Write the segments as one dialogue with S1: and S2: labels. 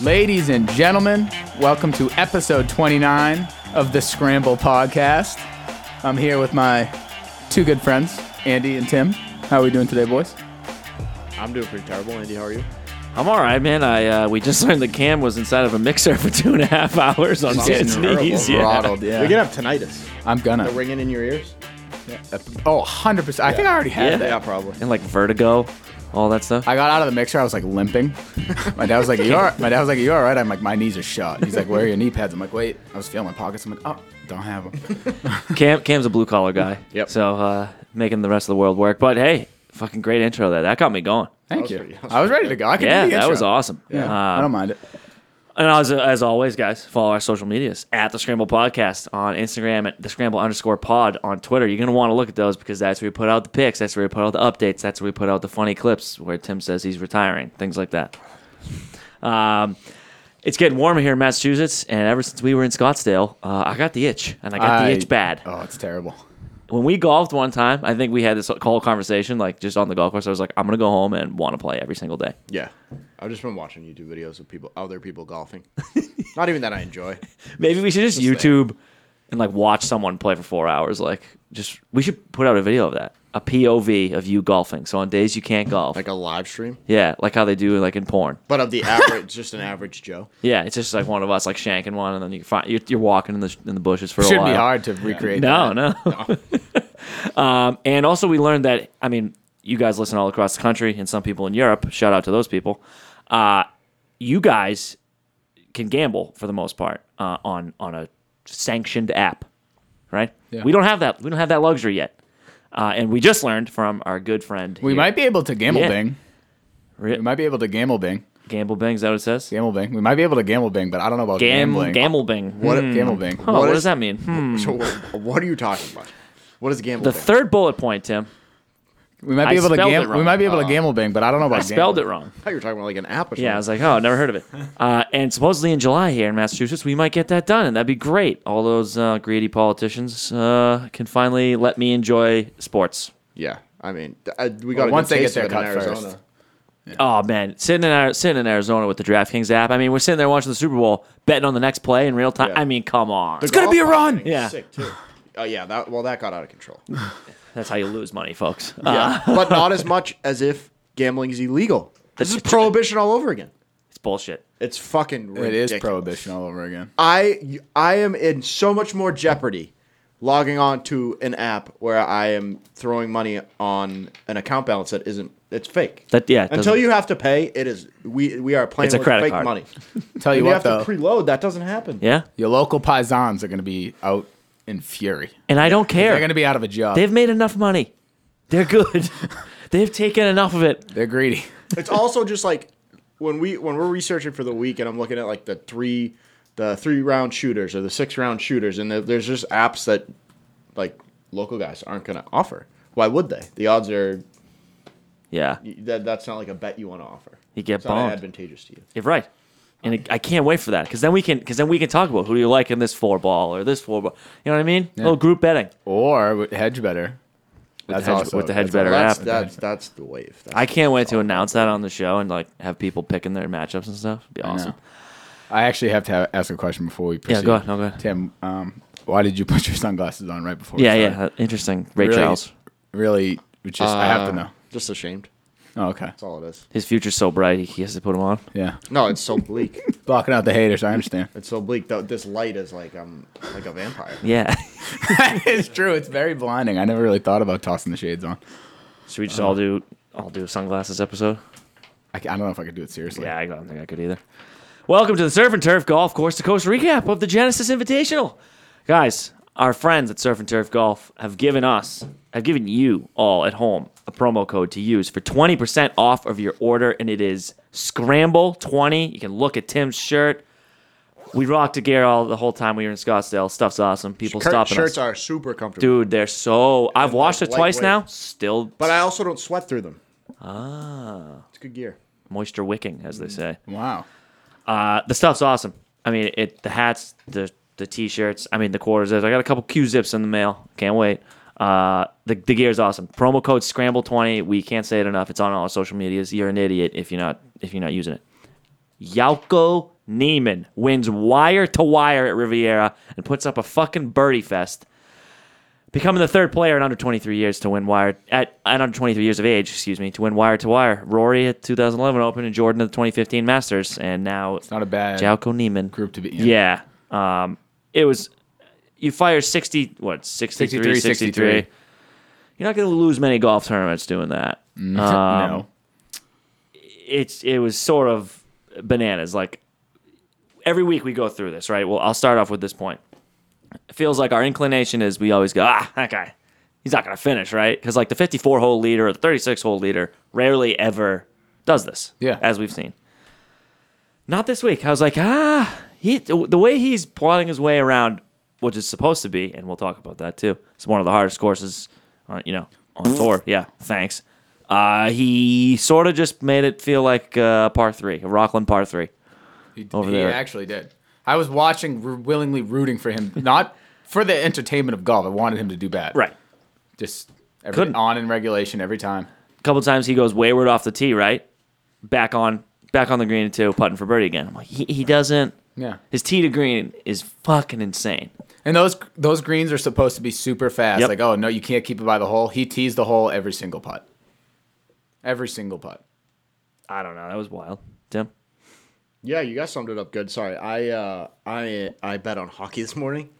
S1: Ladies and gentlemen, welcome to episode 29 of the Scramble Podcast. I'm here with my two good friends, Andy and Tim. How are we doing today, boys?
S2: I'm doing pretty terrible. Andy, how are you?
S3: I'm all right, man. I uh, we just learned the cam was inside of a mixer for two and a half hours on his knees. Yeah.
S1: Throttled, yeah.
S2: You're gonna have tinnitus.
S1: I'm
S2: The
S1: gonna.
S2: ringing in your ears.
S1: Oh, 100%. I think I already had
S3: Yeah.
S1: that.
S2: Yeah, probably.
S3: and like vertigo, all that stuff.
S1: I got out of the mixer. I was like limping. My dad was like, "You all right?" My dad was like, "You all right?" I'm like, "My knees are shot." He's like, "Where are your knee pads?" I'm like, "Wait." I was feeling my pockets. I'm like, "Oh, don't have them."
S3: Cam Cam's a blue collar guy.
S2: Yep.
S3: So uh, making the rest of the world work. But hey, fucking great intro there. That got me going.
S1: Thank
S2: was
S1: you.
S2: pretty- that was
S1: I was ready to go. I could
S3: Yeah,
S1: do the
S3: that
S1: intro.
S3: was awesome.
S1: Yeah,
S3: Um,
S1: I don't mind it.
S3: And as, as always, guys, follow our social medias at the Scramble Podcast on Instagram at the Scramble underscore pod on Twitter. You're going to want to look at those because that's where we put out the pics, that's where we put out the updates, that's where we put out the funny clips where Tim says he's retiring, things like that. Um, it's getting warmer here in Massachusetts, and ever since we were in Scottsdale, uh, I got the itch, and I got
S1: I-
S3: the itch bad.
S1: Oh, it's terrible.
S3: When we golfed one time, I think we had this whole conversation, like just on the golf course. I was like, I'm going to go home and want to play every single day.
S2: Yeah. I've just been watching YouTube videos of people, other people golfing. Not even that I enjoy.
S3: Maybe we should just, YouTube and like watch someone play for four hours. Like, just we should put out a video of that, a POV of you golfing. So on days you can't golf,
S2: Like a live stream,
S3: yeah, like how they do like in porn.
S2: but of the average, just an average Joe.
S3: Yeah, it's just like one of us like shanking one, and then you find you're, you're walking in the in the bushes for a
S1: Should
S3: while.
S1: be hard to recreate.
S3: No, no. um, and also, we learned that I mean, you guys listen all across the country, and some people in Europe. Shout out to those people. Uh, you guys can gamble for the most part uh, on on a sanctioned app, right?
S1: Yeah.
S3: We don't have that. We don't have that luxury yet. Uh, and we just learned from our good friend.
S1: We
S3: here-
S1: might be able to gamble
S3: Yeah.
S1: bing.
S3: Re-
S1: We might be able to gamble bing.
S3: gamble bing. Is that what it says?
S1: Gamble bing. We might be able to gamble bing, but I don't know about
S3: Gam
S1: gambling.
S3: gamble bing.
S1: What
S3: Hmm.
S1: gamble bing?
S3: Huh,
S2: what
S3: what,
S2: is-
S3: does that mean? Hmm.
S2: So what, what are you talking about? What is gambling?
S3: The third bullet point, Tim.
S1: We might
S3: I
S1: be able to
S3: spelled it
S1: gamble. We
S3: wrong. Uh,
S1: might be able to gamble bing, but I don't know about
S3: I spelled it wrong.
S2: I thought you were talking about like an app or something.
S3: Yeah, I was like, oh, never heard of it. Uh, and supposedly in July here in Massachusetts, we might get that done, and that'd be great. All those uh, greedy politicians uh, can finally let me enjoy sports.
S2: yeah. I mean, th- I, we got a
S1: once
S2: good
S1: they get
S2: taste of
S1: their
S2: it
S1: cut
S2: in
S1: first.
S2: Arizona.
S3: Oh man, sitting in Ar- sitting in Arizona with the DraftKings app. I mean, we're sitting there watching the Super Bowl, betting on the next play in real time.
S2: Yeah.
S3: I mean, come on,
S2: The
S3: it's gonna be a
S2: golf
S3: run.
S2: thing is
S3: Yeah, Uh.
S2: Sick too. Oh yeah. That well, that got out of control.
S3: that's how you lose money, folks. Uh,
S2: Yeah, but not as much as if gambling is illegal. This is prohibition all over again.
S3: it's bullshit.
S2: It's fucking
S1: It is
S2: ridiculous.
S1: prohibition all over again.
S2: I I am in so much more jeopardy logging on to an app where I am throwing money on an account balance that isn't it's fake.
S3: That yeah. it
S2: Until
S3: doesn't-
S2: you have to pay, it is we we are playing
S3: It's a
S2: with
S3: credit
S2: fake
S3: card.
S2: money.
S1: Tell you
S2: When you
S1: what
S2: have
S1: though,
S2: to preload, that doesn't happen.
S3: yeah,
S1: your local paisans are going to be out in fury.
S3: and I don't care.
S1: They're going to be out of a job.
S3: They've made enough money. They're good. They've taken enough of it.
S1: They're greedy.
S2: It's also just like when we when we're researching for the week and I'm looking at like the three the three round shooters or the six round shooters and there- there's just apps that like local guys aren't going to offer. Why would they? The odds are
S3: Yeah,
S2: that that's not like a bet you want to offer.
S3: you get
S2: It's not
S3: boned.
S2: advantageous to you.
S3: You're right. And it, I can't wait for that because then we can because then we can talk about who you like in this four ball or this four ball. You know what I mean? little group betting
S1: Or with hedge better. That's
S3: hedge-
S1: also-
S3: with the hedge
S1: that's
S3: better
S1: also-
S3: app.
S2: That's that's that's the wave. That's
S3: I can't wait to announce that on the show and like have people picking their matchups and stuff. It'd be
S1: I know.
S3: awesome.
S1: I actually have to have, ask a question before we proceed.
S3: Yeah, go ahead. No, go ahead.
S1: Tim, um, why did you put your sunglasses on right before? we
S3: Yeah, yeah.
S1: started?
S3: uh, Interesting. Ray
S1: Really-
S3: Charles.
S1: Really, which is I have to
S2: Uh,
S1: know.
S2: Just ashamed.
S1: Oh, okay.
S2: That's all it is.
S3: His future's so bright he has to put him on.
S1: Yeah,
S2: No, it's so bleak.
S1: blocking out the haters. I understand.
S2: it's so bleak. Though this light is like I'm like a vampire.
S3: Yeah.
S1: it's true. It's very blinding. I never really thought about tossing the shades on.
S3: Should we just all do all do a sunglasses episode?
S1: I, ca- I don't know if I could do it seriously.
S3: Yeah, I don't think I could either. Welcome to the Surf and Turf Golf Course to Coast recap of the Genesis Invitational. Guys, our friends at Surf and Turf Golf have given us, have given you all at home a promo code to use for 20% off of your order, and it is Scramble20. You can look at Tim's shirt. We rocked a gear all the whole time we were in Scottsdale. Stuff's awesome. People
S2: Cur-
S3: stopping
S2: shirts
S3: us.
S2: are super comfortable.
S3: Dude, they're so. I've washed it twice
S2: lightweight.
S3: now. Still
S2: But I also don't sweat through them. Ah, it's good gear.
S3: moisture wicking, as they say.
S1: Wow.
S3: Uh, the stuff's awesome. I mean, it the hats, the the t-shirts. I mean, the quarter zips. I got a couple Q zips in the mail. Can't wait. Uh, the the gear's awesome. Promo code scramble twenty. We can't say it enough. It's on all our social medias. You're an idiot if you're not if you're not using it. Yauko Neiman wins wire to wire at Riviera and puts up a fucking birdie fest, becoming the third player in under 23 years to win wire at, at under 23 years of age, excuse me, to win wire to wire. Rory at 2011 Open and Jordan at the 2015 Masters, and now
S1: It's not a bad
S3: Jalko Neiman
S1: group to be in.
S3: Yeah, um, it was. You fire 60, what, 63,
S1: 63,
S3: 63. You're not going to lose many golf tournaments doing that.
S1: Mm,
S3: Um,
S1: no.
S3: it's it was sort of bananas. Like every week we go through this, right? Well, I'll start off with this point. It feels like our inclination is we always go, ah, that guy, he's not gonna finish, right? Because like the 54 hole leader or the 36 hole leader rarely ever does this.
S1: Yeah.
S3: as we've seen. Not this week. I was like, ah, he the way he's plotting his way around, which is supposed to be, and we'll talk about that too. It's one of the hardest courses, on, you know, on tour. Yeah, thanks. Uh, he sort of just made it feel like uh, par three, a Rockland par three.
S1: He,
S3: over
S1: he
S3: there.
S1: actually did. I was watching, r- willingly rooting for him, not for the entertainment of golf. I wanted him to do bad.
S3: Right.
S1: Just every,
S3: Couldn't.
S1: on in regulation every time.
S3: A couple times he goes wayward off the tee, right? Back on, back on the green too, putting for birdie again. I'm like, he, he doesn't.
S1: Yeah.
S3: His tee to green is fucking insane.
S1: And those those greens are supposed to be super fast.
S3: Yep.
S1: Like, oh no, you can't keep it by the hole. He tees the hole every single putt. Every single putt.
S3: I don't know. That was wild, Tim.
S2: Yeah, you guys summed it up good. Sorry, I uh, I I bet on hockey this morning.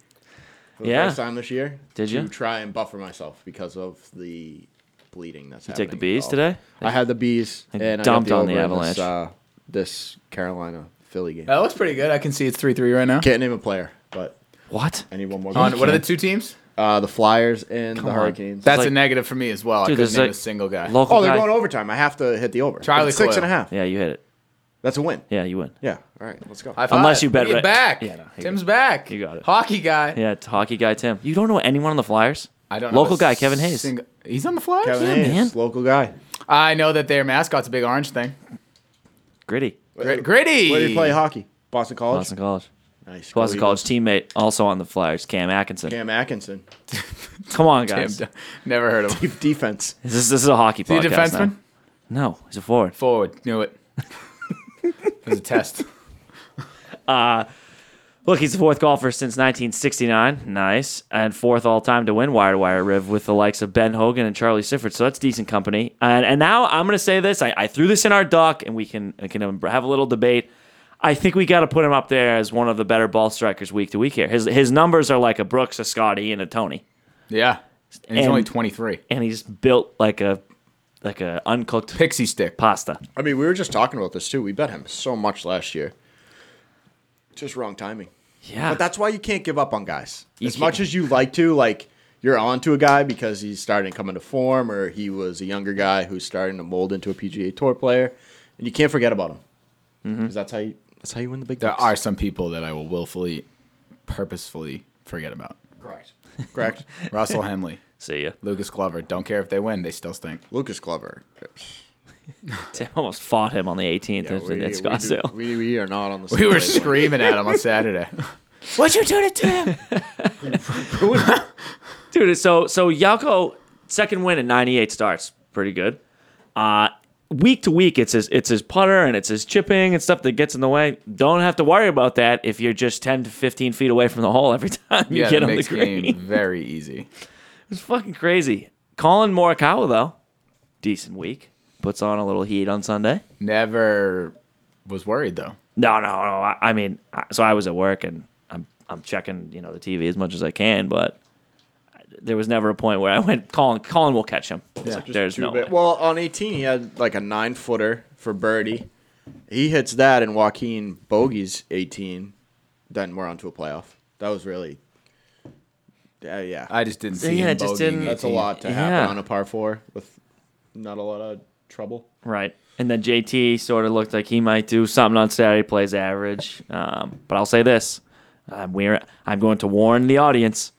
S2: For the
S3: Yeah.
S2: first time this year.
S3: Did you?
S2: To try and buffer myself because of the bleeding that's
S3: take
S2: happening.
S3: the
S2: in
S3: bees
S2: golf.
S3: today?
S2: I had the bees
S3: And
S2: and,
S3: dumped
S2: I got
S3: on the
S2: over in This,
S3: Avalanche.
S2: uh, this Carolina Philly game.
S1: That looks pretty good. I can see it's three three right now.
S2: Can't name a player, but
S3: What?
S2: I need one more.
S1: On
S2: guy.
S1: what are the two teams?
S2: uh, the Flyers and the
S3: on.
S2: Hurricanes?
S1: That's
S3: like-
S1: a negative for me as well. I couldn't
S3: Dude, there's
S1: name
S3: like
S1: a single guy.
S3: local
S2: oh, they're
S3: guy-
S2: going overtime. I have to hit the over.
S1: Charlie
S2: It's six
S1: Coyle.
S2: and a half.
S3: Yeah, you hit it.
S2: That's a win.
S3: Yeah, you win.
S2: Yeah. All right, let's go.
S1: High five.
S3: Unless you bet
S1: He's
S3: right-
S1: back.
S3: Yeah, no, he-
S1: Tim's back.
S3: You got it.
S1: Hockey guy.
S3: Yeah, it's hockey guy Tim. You don't know anyone on the Flyers?
S1: I don't know
S3: Local
S1: a
S3: guy Kevin Hayes.
S1: single- he's on the Flyers.
S2: Kevin
S3: Yeah,
S2: Hayes,
S3: man.
S2: local guy.
S1: I know that their mascot's a big orange thing.
S3: Gritty,
S1: Gr- Gritty.
S2: Where do you play hockey? Boston College.
S3: Boston College.
S2: Nice. Go
S3: Boston
S2: Eagles.
S3: College teammate, also on the Flyers, Cam Atkinson.
S2: Cam Atkinson.
S3: Come on,
S1: Tim,
S3: guys.
S1: d- Never heard of him.
S2: Defense.
S3: This is this is a hockey
S1: Is
S3: podcast.
S1: he a defenseman?
S3: Now. No, he's a forward.
S1: Forward. Knew it. it was a test.
S3: Look, he's the fourth golfer since 1969. Nice. And fourth all time to win Wire to Wire Riv with the likes of Ben Hogan and Charlie Sifford. So that's decent company. And, and now I'm going to say this. I, I threw this in our doc, and we can, we can um, have a little debate. I think we got to put him up there as one of the better ball strikers week to week here. His, his numbers are like a Brooks, a Scotty, and a Tony.
S1: Yeah. And he's
S3: And-
S1: only 23.
S3: And he's built like a like a uncooked
S1: Pixie stick.
S3: pasta.
S2: I mean, we were just talking about this too. We bet him so much last year. Just wrong timing.
S3: Yeah.
S2: But that's why you can't give up on guys.
S3: You
S2: as much
S3: can't.
S2: as you like to, like you're on to a guy because he's starting to come into form or he was a younger guy who's starting to mold into a PGA tour player. And you can't forget about him. Because that's how you Mm-hmm. that's how you win the big
S1: There
S2: bucks.
S1: are some people that I will willfully, purposefully forget about.
S2: correct. Correct.
S1: Russell Henley,
S3: See ya.
S1: Lucas Glover. Don't care if they win, they still stink.
S2: Lucas Glover.
S3: Tim almost fought him on the 18th
S2: Yeah,
S3: at,
S2: we,
S3: at
S2: we do-
S3: Scottsdale.
S2: we, we are not on the same
S1: We were
S2: wavelength.
S1: screaming at him on Saturday.
S3: What'd you do to Tim? Dude, so so Yako second win in '98 starts pretty good. Uh week to week, it's his it's his putter and it's his chipping and stuff that gets in the way. Don't have to worry about that if you're just 10 to 15 feet away from the hole every time you
S1: yeah,
S3: get
S1: that
S3: on the
S1: makes
S3: green.
S1: game very easy.
S3: It's fucking crazy. Colin Morikawa though, decent week. Puts on a little heat on Sunday.
S1: Never was worried though.
S3: No, no, no. I, I mean, I- so I was at work and I'm I'm checking you know the TV as much as I can, but there was never a point where I went Colin. Colin will catch him. It's like, there's
S2: Too
S3: no.
S2: bad.
S3: way.
S2: Well, on 18, he had like a nine footer for birdie. He hits that, and Joaquin bogeys 18. Then we're on to a playoff. That was really. Uh, yeah.
S1: I just didn't see.
S3: Yeah,
S1: him
S3: it just
S1: bogeying
S3: didn't-
S2: That's a
S1: 18.
S2: lot to happen
S3: Yeah.
S2: on a par four with not a lot of trouble.
S3: Right. And then JT sort of looked like he might do something on Saturday, plays average. Um, but I'll say this I'm, we're, I'm going to warn the audience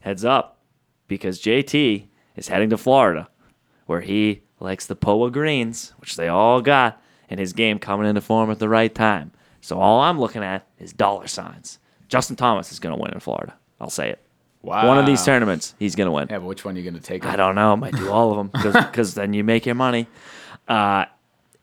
S3: heads up, because JT is heading to Florida, where he likes the Poa Greens, which they all got, and his game coming into form at the right time. So all I'm looking at is dollar signs. Justin Thomas is going to win in Florida. I'll say it.
S1: Wow.
S3: One of these tournaments, he's going to win.
S1: Yeah, but which one are you going to take?
S3: I don't know. I might do all of them because then you make your money. Uh,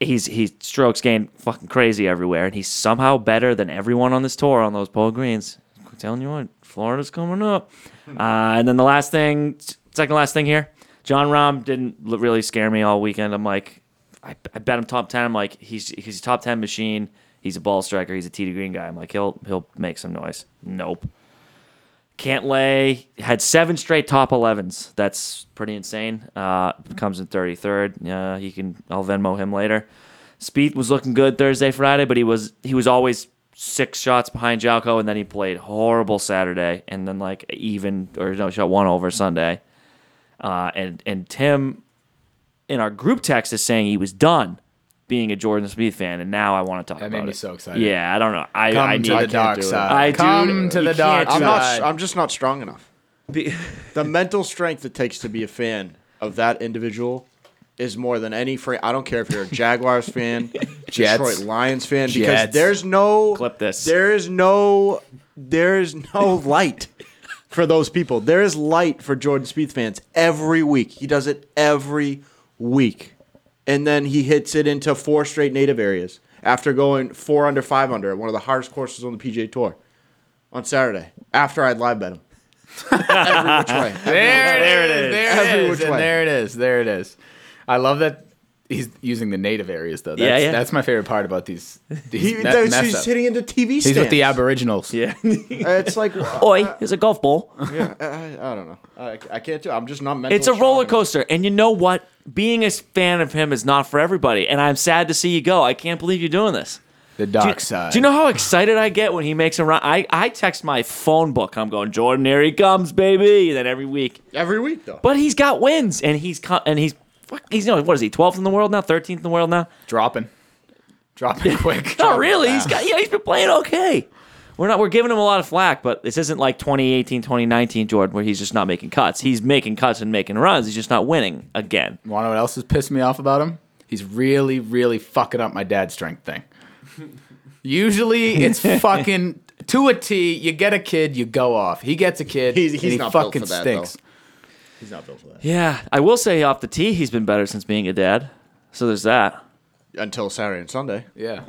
S3: he's he strokes gained fucking crazy everywhere, and he's somehow better than everyone on this tour on those pole greens. I'm telling you what, Florida's coming up. Uh, and then the last thing, second last thing here, John Rahm didn't l- really scare me all weekend. I'm like, I, I bet him top ten. I'm like, he's he's a top ten machine. He's a ball striker. He's a TD green guy. I'm like, he'll he'll make some noise. Nope. Can't lay had seven straight top 11s. That's pretty insane. Uh, comes in 33rd. Uh, he can. I'll Venmo him later. Speed was looking good Thursday, Friday, but he was he was always six shots behind Jalco, and then he played horrible Saturday, and then like even or no shot one over Sunday. Uh, and and Tim in our group text is saying he was done being a Jordan Speed fan, and now I want to talk
S1: That
S3: about
S1: made me
S3: it.
S1: so excited.
S3: Yeah, I don't know. I
S1: Come
S3: I
S1: to
S3: need
S1: the
S2: can't
S1: dark
S2: do it.
S1: side.
S3: I do-
S1: Come to
S3: you
S1: the
S3: can't
S1: dark
S3: do
S2: I'm
S1: side.
S2: not. I'm just not strong enough.
S3: Be-
S2: The mental strength it takes to be a fan of that individual is more than any frame. I don't care if you're a Jaguars fan,
S1: Jets.
S2: Detroit Lions fan, because
S1: Jets.
S2: there's no
S3: Clip this.
S2: There is no. There is no light for those people. There is light for Jordan Spieth fans every week. He does it every week, and then he hits it into four straight native areas after going four under, five under at one of the hardest courses on the PGA Tour on Saturday after I'd live bet him. every which way.
S1: There, it
S3: it
S1: is.
S3: is.
S1: There
S2: Every
S1: it is.
S2: which
S1: And
S2: way.
S1: there it is. There it is. I love that he's using the native areas though. That's,
S3: Yeah, yeah.
S1: That's my favorite part about these. these
S2: He,
S1: me-
S2: that's-
S1: mess
S2: he's
S1: ups.
S2: hitting into TV stands.
S1: He's with the aboriginals.
S3: yeah.
S2: It's like, uh,
S3: Oi, it's a golf ball.
S2: yeah, I, I- I don't know. I, I can't do. it. I'm just not. mentally
S3: It's a
S2: strong
S3: roller
S2: enough.
S3: coaster, and you know what? Being a fan of him is not for everybody, and I'm sad to see you go. I can't believe you're doing this.
S1: The
S3: Do
S1: dark
S3: you,
S1: side.
S3: do you know how excited I get when he makes a run? I, I text my phone book. I'm going, Jordan, here he comes, baby. And then every week,
S2: every week though.
S3: but he's got wins, and he's co- and he's fuck, he's you know, what is he? 12th in the world now, 13th in the world now.
S1: dropping, dropping quick?
S3: No, really. He's got yeah, he's been playing okay. We're not we're giving him a lot of flack, but this isn't like 2018, 2019 Jordan where he's just not making cuts. He's making cuts and making runs. He's just not winning again.
S1: Want to know what else has pissed me off about him? He's really, really fucking up my dad strength thing. Usually it's fucking to a T. You get a kid, you go off. He gets a kid,
S2: He's-
S1: and
S2: he's
S1: he
S2: not built
S1: fucking
S2: for that,
S1: stinks.
S2: though. he's not built for that.
S3: Yeah, I will say off the tee he's been better since being a dad. So there's that.
S2: Until Saturday and Sunday.
S1: Yeah,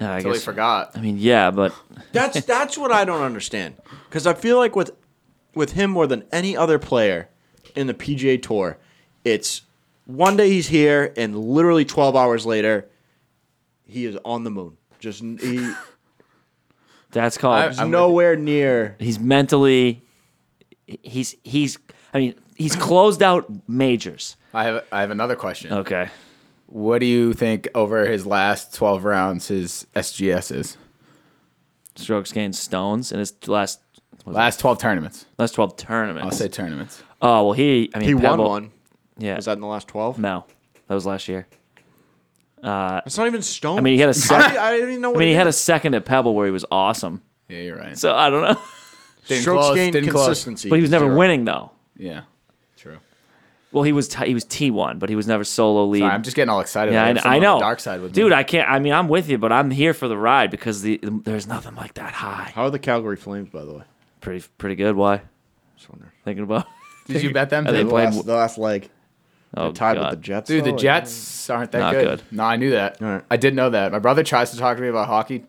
S3: Yeah, I
S1: until he
S3: guess.
S1: forgot.
S3: I mean, yeah, but
S2: That's that's what I don't understand. Because I feel like with with him more than any other player in the PGA Tour, it's one day he's here and literally 12 hours later, he is on the moon. Just n- he,
S3: that's called
S2: he's nowhere near.
S3: he's mentally he's he's I mean, he's closed out majors.
S1: I have I have another question.
S3: Okay.
S1: What do you think over his last twelve rounds his SGS is?
S3: Strokes gained stones in his last
S1: Last twelve tournaments.
S3: last 12 tournaments.
S1: I'll say tournaments.
S3: oh, well he I mean
S2: He won
S3: Pebble-
S2: one.
S3: Yeah.
S2: Was that in the last 12?
S3: No, that was last year.
S2: It's not even Stone.
S3: I mean, he had a
S2: I,
S3: second.
S2: I didn't even know.
S3: I
S2: What
S3: mean, he had
S2: is.
S3: a second at Pebble where he was awesome.
S1: Yeah, you're right.
S3: So I don't know,
S1: Didn't
S2: strokes
S1: close,
S2: gained
S1: didn't close.
S2: consistency.
S3: but he was never
S2: Zero.
S3: winning though.
S1: Yeah, true.
S3: Well, he was t- he was T one, but he was never solo lead.
S1: I'm just getting all excited.
S3: yeah, I,
S1: have
S3: kn-
S1: someone
S3: I
S1: on
S3: know.
S1: the dark side with
S3: Dude,
S1: me.
S3: I can't. I mean, I'm with you, but I'm here for the ride because the there's nothing like that high.
S2: How are the Calgary Flames, by the way?
S3: Pretty pretty good. Why
S2: Just wondering.
S3: thinking about?
S1: Did you bet them?
S3: Are they
S1: too?
S2: The
S3: Played
S2: last,
S3: w-
S2: the last leg.
S3: Oh
S2: Tied
S3: God.
S2: with the Jets.
S1: Dude, the
S2: though, I-
S1: Jets aren't that
S3: Not
S1: good.
S3: good.
S1: No, I knew that.
S2: All right.
S1: I did know that. My brother tries to talk to me about hockey.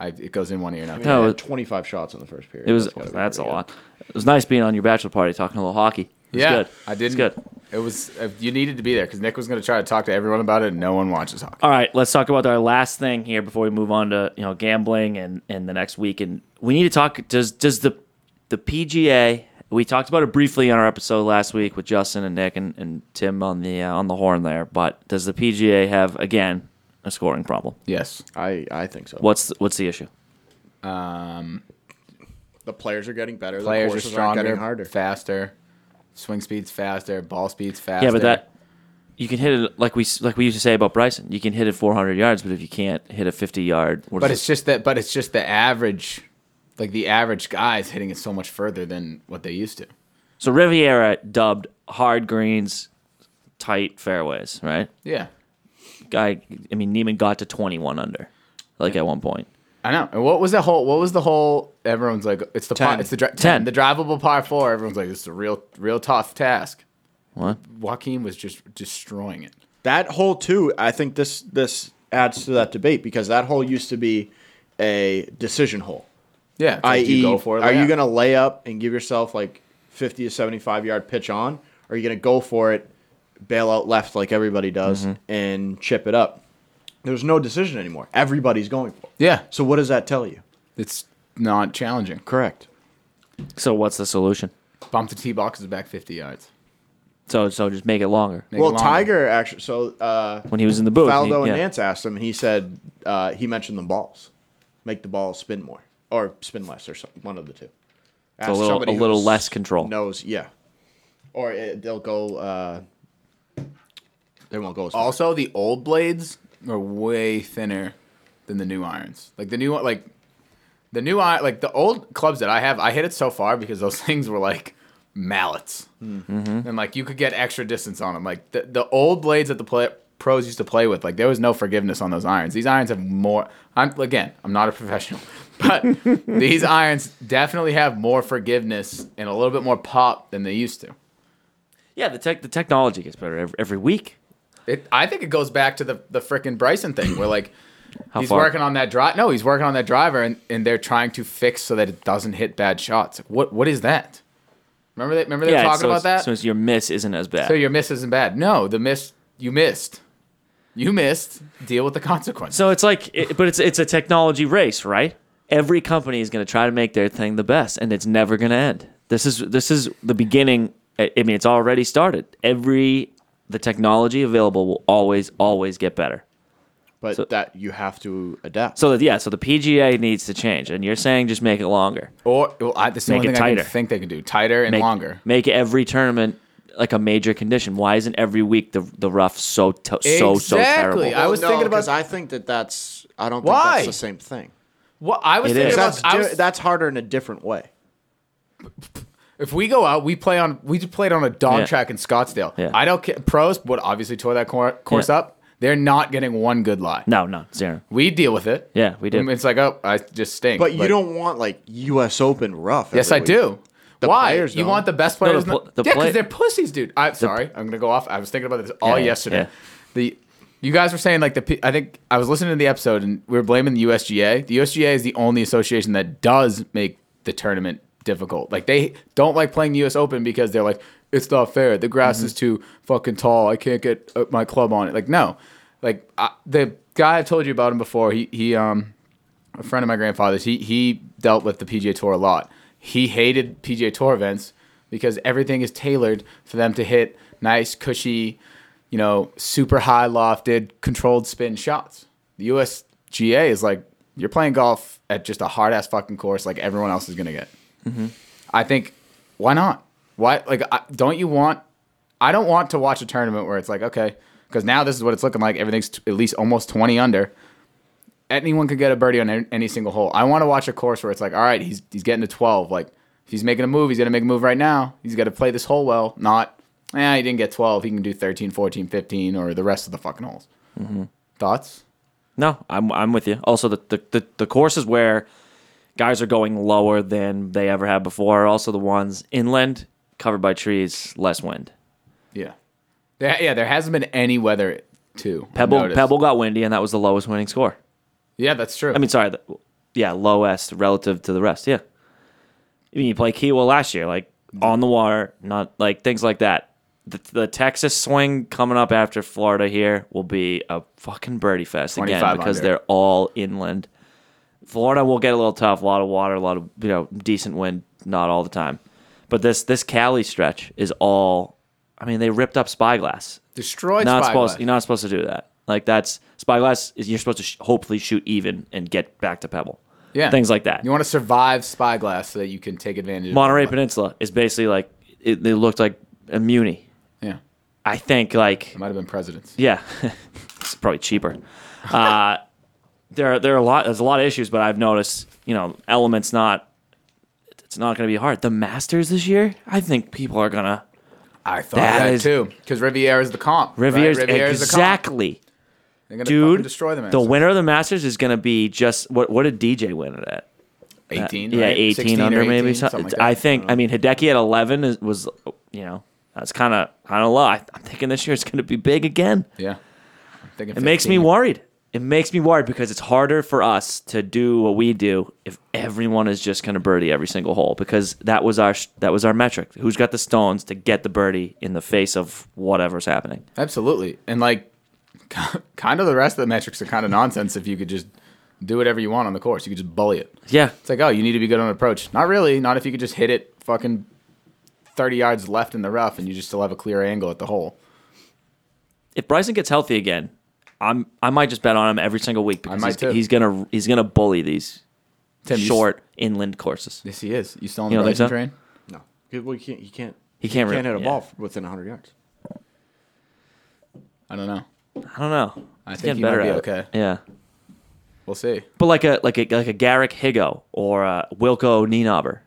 S1: I, it goes in one ear, not the
S3: No,
S1: other.
S2: They
S3: it
S2: had
S3: was-
S2: 25 shots in the first period.
S3: It was
S2: gotta be
S3: that's a
S2: pretty good.
S3: lot. It was nice being on your bachelor party talking a little hockey. It was
S1: yeah,
S3: good.
S1: I didn't.
S3: It was good.
S1: It was uh, you needed to be there because Nick was going to try to talk to everyone about it, and no one watches hockey.
S3: All right, let's talk about our last thing here before we move on to you know gambling and and the next week. And we need to talk. Does does the the PGA? We talked about it briefly on our episode last week with Justin and Nick and, and Tim on the uh, on the horn there. But does the PGA have again a scoring problem?
S1: Yes,
S2: I, I think so.
S3: What's the, what's the issue?
S2: The players are getting better.
S1: players
S2: the
S1: are
S2: courses aren't
S1: stronger,
S2: getting harder.
S1: faster, swing speeds faster, ball speeds faster.
S3: Yeah, but that you can hit it like we s- like we used to say about Bryson. You can hit it 400 yards, but if you can't hit a 50 yard, what
S1: But
S3: is
S1: it's just that. But it's just the average. Like the average guys hitting it so much further than what they used to.
S3: it? so Riviera dubbed hard greens, tight fairways, right?
S1: Yeah,
S3: guy. I mean, Neiman got to 21 under, like at one point.
S1: I know. And what was the whole? What was the whole? Everyone's like, it's the par,
S2: Ten.
S1: it's the dri-
S3: 10.
S1: the drivable par four. Everyone's like, this is a real, real tough task.
S3: What?
S1: Joaquin was just destroying it.
S2: That hole too. I think this this adds to that debate because that hole used to be a decision hole.
S1: Yeah. it's like, do
S2: i.e.,
S1: you go for it.
S2: E, are you
S1: Yeah.
S2: going to lay up and give yourself like 50 to 75 yard pitch on? Or are you going to go for it, bail out left like everybody does, and chip it up? There's no decision anymore. Everybody's going for it.
S1: Yeah.
S2: So, what does that tell you?
S1: It's not challenging.
S2: Correct.
S3: So what's the solution?
S1: Bump the tee box is back 50 yards.
S3: So so just make it longer.
S1: Make it
S2: well,
S1: longer.
S2: Tiger actually, so uh,
S3: When he was in the booth, he-
S2: Faldo and
S3: yeah.
S2: Nance asked him, and he said uh, he mentioned the balls, make the balls spin more or spin less, or some, one of the two. Ask
S3: a little-
S2: somebody
S3: a little
S2: who's-
S3: less control.
S2: Knows, yeah, or it, they'll go. Uh, they won't go as far.
S1: Also, the old blades are way thinner than the new irons. Like the new like the new iron like the old clubs that I have, I hit it so far because those things were like mallets. And like you could get extra distance on them. Like the, the old blades that the play, pros used to play with, like there was no forgiveness on those irons. These irons have more I'm again, I'm not a professional, but these irons definitely have more forgiveness and a little bit more pop than they used to.
S3: Yeah, the tech the technology gets better every, every week.
S1: It, I think it goes back to the the frickin' Bryson thing where like
S3: How
S1: he's
S3: far?
S1: working on that drive. No, he's working on that driver, and, and they're trying to fix so that it doesn't hit bad shots. Like, what what is that? Remember they remember they were
S3: yeah,
S1: talking
S3: so
S1: about
S3: it's-
S1: that.
S3: So
S1: So,
S3: it's your miss isn't as bad.
S1: your miss isn't bad. No, the miss you missed, you missed. Deal with the consequence.
S3: So it's like, it, but it's it's a technology race, right? Every company is going to try to make their thing the best, and it's never going to end. This is this is the beginning. I I mean, it's already started. Every the technology available will always always get better.
S2: but that you have to adapt.
S3: So that yeah, so the PGA needs to change, and you're saying just make it longer,
S1: or well, I, this is the
S3: Make
S1: only
S3: it
S1: thing I can
S3: tighter.
S1: think they can do tighter and
S3: make,
S1: longer.
S3: make every tournament like a major condition. Why isn't every week the the rough so t- so so
S1: Exactly.
S3: terrible?
S1: I was thinking about-
S2: 'cause I think that that's. I don't
S1: Why?
S2: think that's the same thing.
S1: Well, I was
S3: It
S1: thinking
S3: is.
S1: about
S2: That's,
S1: I
S2: di-
S1: was-
S2: that's harder in a different way.
S1: If we go out, we play on. We just played on a dog
S3: Yeah.
S1: track in Scottsdale.
S3: Yeah.
S1: I don't care. Pros would obviously tore that cor- course
S3: Yeah.
S1: up. They're not getting one good lie.
S3: No, no, zero.
S1: We deal with it.
S3: Yeah, we do.
S1: And It's like, oh, I just stink.
S2: But you don't want like U.S. Open rough.
S1: Yes,
S2: every
S1: I
S2: week.
S1: do. Why?
S2: players
S1: You
S2: don't.
S1: want the best players?
S3: the
S1: in
S3: pl- the
S1: yeah,
S3: play-
S1: because they're pussies, dude. I'm sorry. I'm gonna go off. I was thinking about this all
S3: Yeah,
S1: yesterday.
S3: yeah.
S1: The you guys were saying like the P- I think I was listening to the episode and we were blaming the USGA. The USGA is the only association that does make the tournament difficult. Like they don't like playing the US Open because they're like it's not fair. The
S3: Mm-hmm.
S1: grass is too fucking tall. I can't get uh, my club on it. Like no. Like I, the guy I told you about him before, he he um a friend of my grandfather's, he he dealt with the PGA Tour a lot. He hated PGA Tour events because everything is tailored for them to hit nice, cushy, you know, super high lofted, controlled spin shots. The USGA is like you're playing golf at just a hard ass fucking course like everyone else is gonna get. I think why not? Why like I, don't you want? I don't want to watch a tournament where it's like okay, because now this is what it's looking like. Everything's t- at least almost twenty under anyone could get a birdie on an- any single hole. I want to watch a course where it's like, all right, he's he's getting to twelve. Like if he's making a move, he's gonna make a move right now. He's got to play this hole well. Not, eh, he didn't get twelve. He can do 13, 14, 15, or the rest of the fucking holes.
S3: Mm-hmm.
S1: Thoughts?
S3: No, I'm I'm with you. Also, the, the the the courses where guys are going lower than they ever have before are also the ones inland, covered by trees, less wind.
S1: Yeah, there, yeah. There hasn't been any weather too. I've
S3: Pebble
S1: noticed.
S3: Pebble got windy, and that was the lowest winning score.
S1: Yeah, that's true.
S3: I mean, sorry, the, yeah, lowest relative to the rest. Yeah, I mean, you play Kiwa last year, like on the water, not like things like that. The, the Texas swing coming up after Florida here will be a fucking birdie fest again
S1: 25
S3: because
S1: under.
S3: they're all inland. Florida will get a little tough, a lot of water, a lot of you know decent wind, not all the time. But this this Cali stretch is all. I mean, they ripped up Spyglass
S1: destroyed.
S3: not
S1: Spyglass.
S3: supposed. You're not supposed to do that. Like that's spyglass is you're supposed to sh- hopefully shoot even and get back to pebble.
S1: Yeah.
S3: things like that.
S1: You want to survive spyglass so that you can take advantage. of
S3: Monterey Peninsula is basically like it, they looked like a muni.
S1: Yeah,
S3: I think like
S1: might have been presidents.
S3: yeah, it's probably cheaper. Uh, there are- there are a lot. There's a lot of issues, but I've noticed you know elements not. It's not going to be hard. The Masters this year, I think people are gonna
S1: I thought
S3: That
S1: that,
S3: is-
S1: too, because Riviera's the comp. right?
S3: Riviera's,
S1: Riviera's the comp.
S3: exactly.
S1: They're gonna
S3: dude,
S1: fucking destroy them.
S3: The winner of the Masters is going to be just what? What did DJ win it at?
S1: 18,
S3: yeah,
S1: right?
S3: 18
S1: or
S3: under maybe.
S1: 18,
S3: so-
S1: something like that. Um,
S3: I think. I mean, Hideki at 11 is, was, you know, that's kind of kind of low. I, I'm thinking this year it's going to be big again.
S1: Yeah. I'm thinking
S3: It makes me
S1: 15.
S3: worried. It it makes me worried because it's harder for us to do what we do if everyone is just going to birdie every single hole because that was our that was our metric. Who's got the stones to get the birdie in the face of whatever's happening?
S1: Absolutely. And like, kind of the rest of the metrics are kind of nonsense if you could just do whatever you want on the course. You could just bully it.
S3: Yeah,
S1: It's like, oh, you need to be good on approach. Not really. Not if you could just hit it fucking 30 yards left in the rough and you just still have a clear angle at the hole.
S3: if Bryson gets healthy again, I'm I might just bet on him every single week because
S1: might
S3: he's,
S1: too.
S3: he's gonna he's gonna bully these
S1: Tim, you s-
S3: short inland courses.
S1: yes, he is. You still on
S3: You
S1: the
S3: don't think
S1: Bryson
S3: so?
S1: train?
S2: No, well, you can't. You can't.
S3: He can't
S2: you
S3: really-
S2: can't hit a
S3: yeah.
S2: ball within 100 yards.
S1: I don't know.
S3: I don't know.
S1: I
S3: He's
S1: think
S3: getting
S1: he might
S3: better
S1: be
S3: at it.
S1: okay.
S3: Yeah,
S1: We'll see.
S3: but like a like a like a Garrick Higo or a Wilco Nienauber,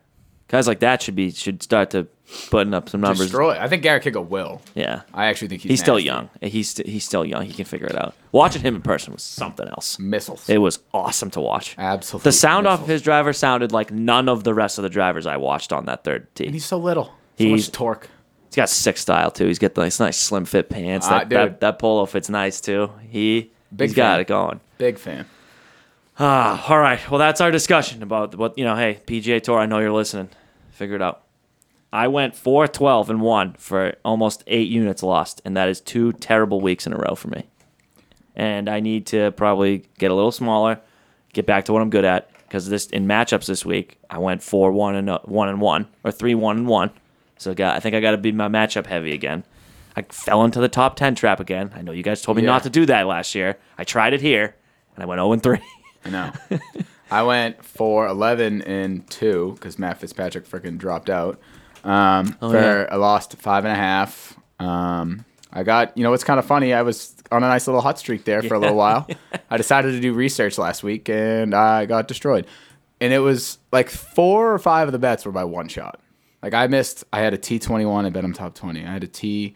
S3: guys like that should be should start to putting up some numbers.
S1: Destroy. I think Garrett Kicko will.
S3: Yeah,
S1: I actually think he's,
S3: he's still
S1: nasty.
S3: young. He's st- he's still young. He can figure it out. Watching him in person was something else.
S1: Missiles.
S3: It was awesome to watch.
S1: Absolutely.
S3: The sound off of
S1: missiles.
S3: his driver sounded like none of the rest of the drivers I watched on that third tee.
S1: And he's so little. So
S3: He's-
S1: much torque.
S3: He's got sick style too. He's got nice, nice slim fit pants.
S1: Ah,
S3: That, that
S1: dude.
S3: that polo fits nice too. He
S1: Big
S3: he's got
S1: fan.
S3: it going.
S1: Big fan.
S3: Ah, all right. Well, that's our discussion about what you know. Hey, PGA Tour, I know you're listening. Figure it out. I went four twelve and one for almost eight units lost, and that is two terrible weeks in a row for me. And I need to probably get a little smaller, get back to what I'm good at, because this in matchups this week I went four one and uh, one and one or three one and one. So got, I think I got to be my matchup heavy again. I fell into the top ten trap again. I know you guys told me
S1: Yeah.
S3: not to do that last year. I tried it here, and I went zero and three.
S1: I know. I went for 11 and 2 because Matt Fitzpatrick freaking dropped out. Um, for,
S3: Oh, yeah.
S1: I lost five and a half. Um, I got, you know, it's kind of funny. I was on a nice little hot streak there for a little while. I decided to do research last week and I got destroyed. And it was like four or five of the bets were by one shot. Like I missed, I had a T21, I bet I'm top 20. I had a T.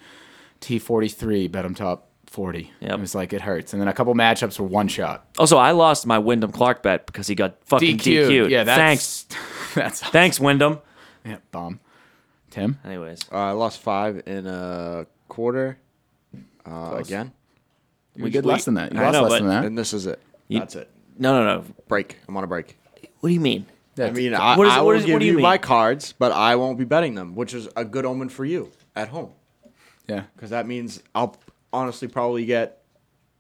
S1: T43, bet I'm top 40.
S3: Yep.
S1: It was like, it hurts. And then a couple matchups were one shot.
S3: Also, I lost my Wyndham Clark bet because he got fucking DQ'd.
S1: DQ'd. Yeah, that's,
S3: thanks,
S1: That's
S3: thanks, Wyndham.
S1: yeah, bomb. Tim,
S3: Anyways,
S2: Uh, I lost five in a quarter. Uh, again,
S1: we did
S3: we-
S1: less than that. You
S3: I
S1: lost
S3: know,
S1: less
S3: but-
S1: than that.
S2: and this is it. That's it.
S3: no, no, no.
S2: Break. I'm on a break.
S3: What do you mean?
S2: I mean, I,
S3: What is-
S2: I
S3: what
S2: will
S3: is- what
S2: give
S3: do you
S2: you
S3: mean?
S2: my cards, but I won't be betting them, which is a good omen for you at home,
S1: Yeah,
S2: because that means I'll honestly probably get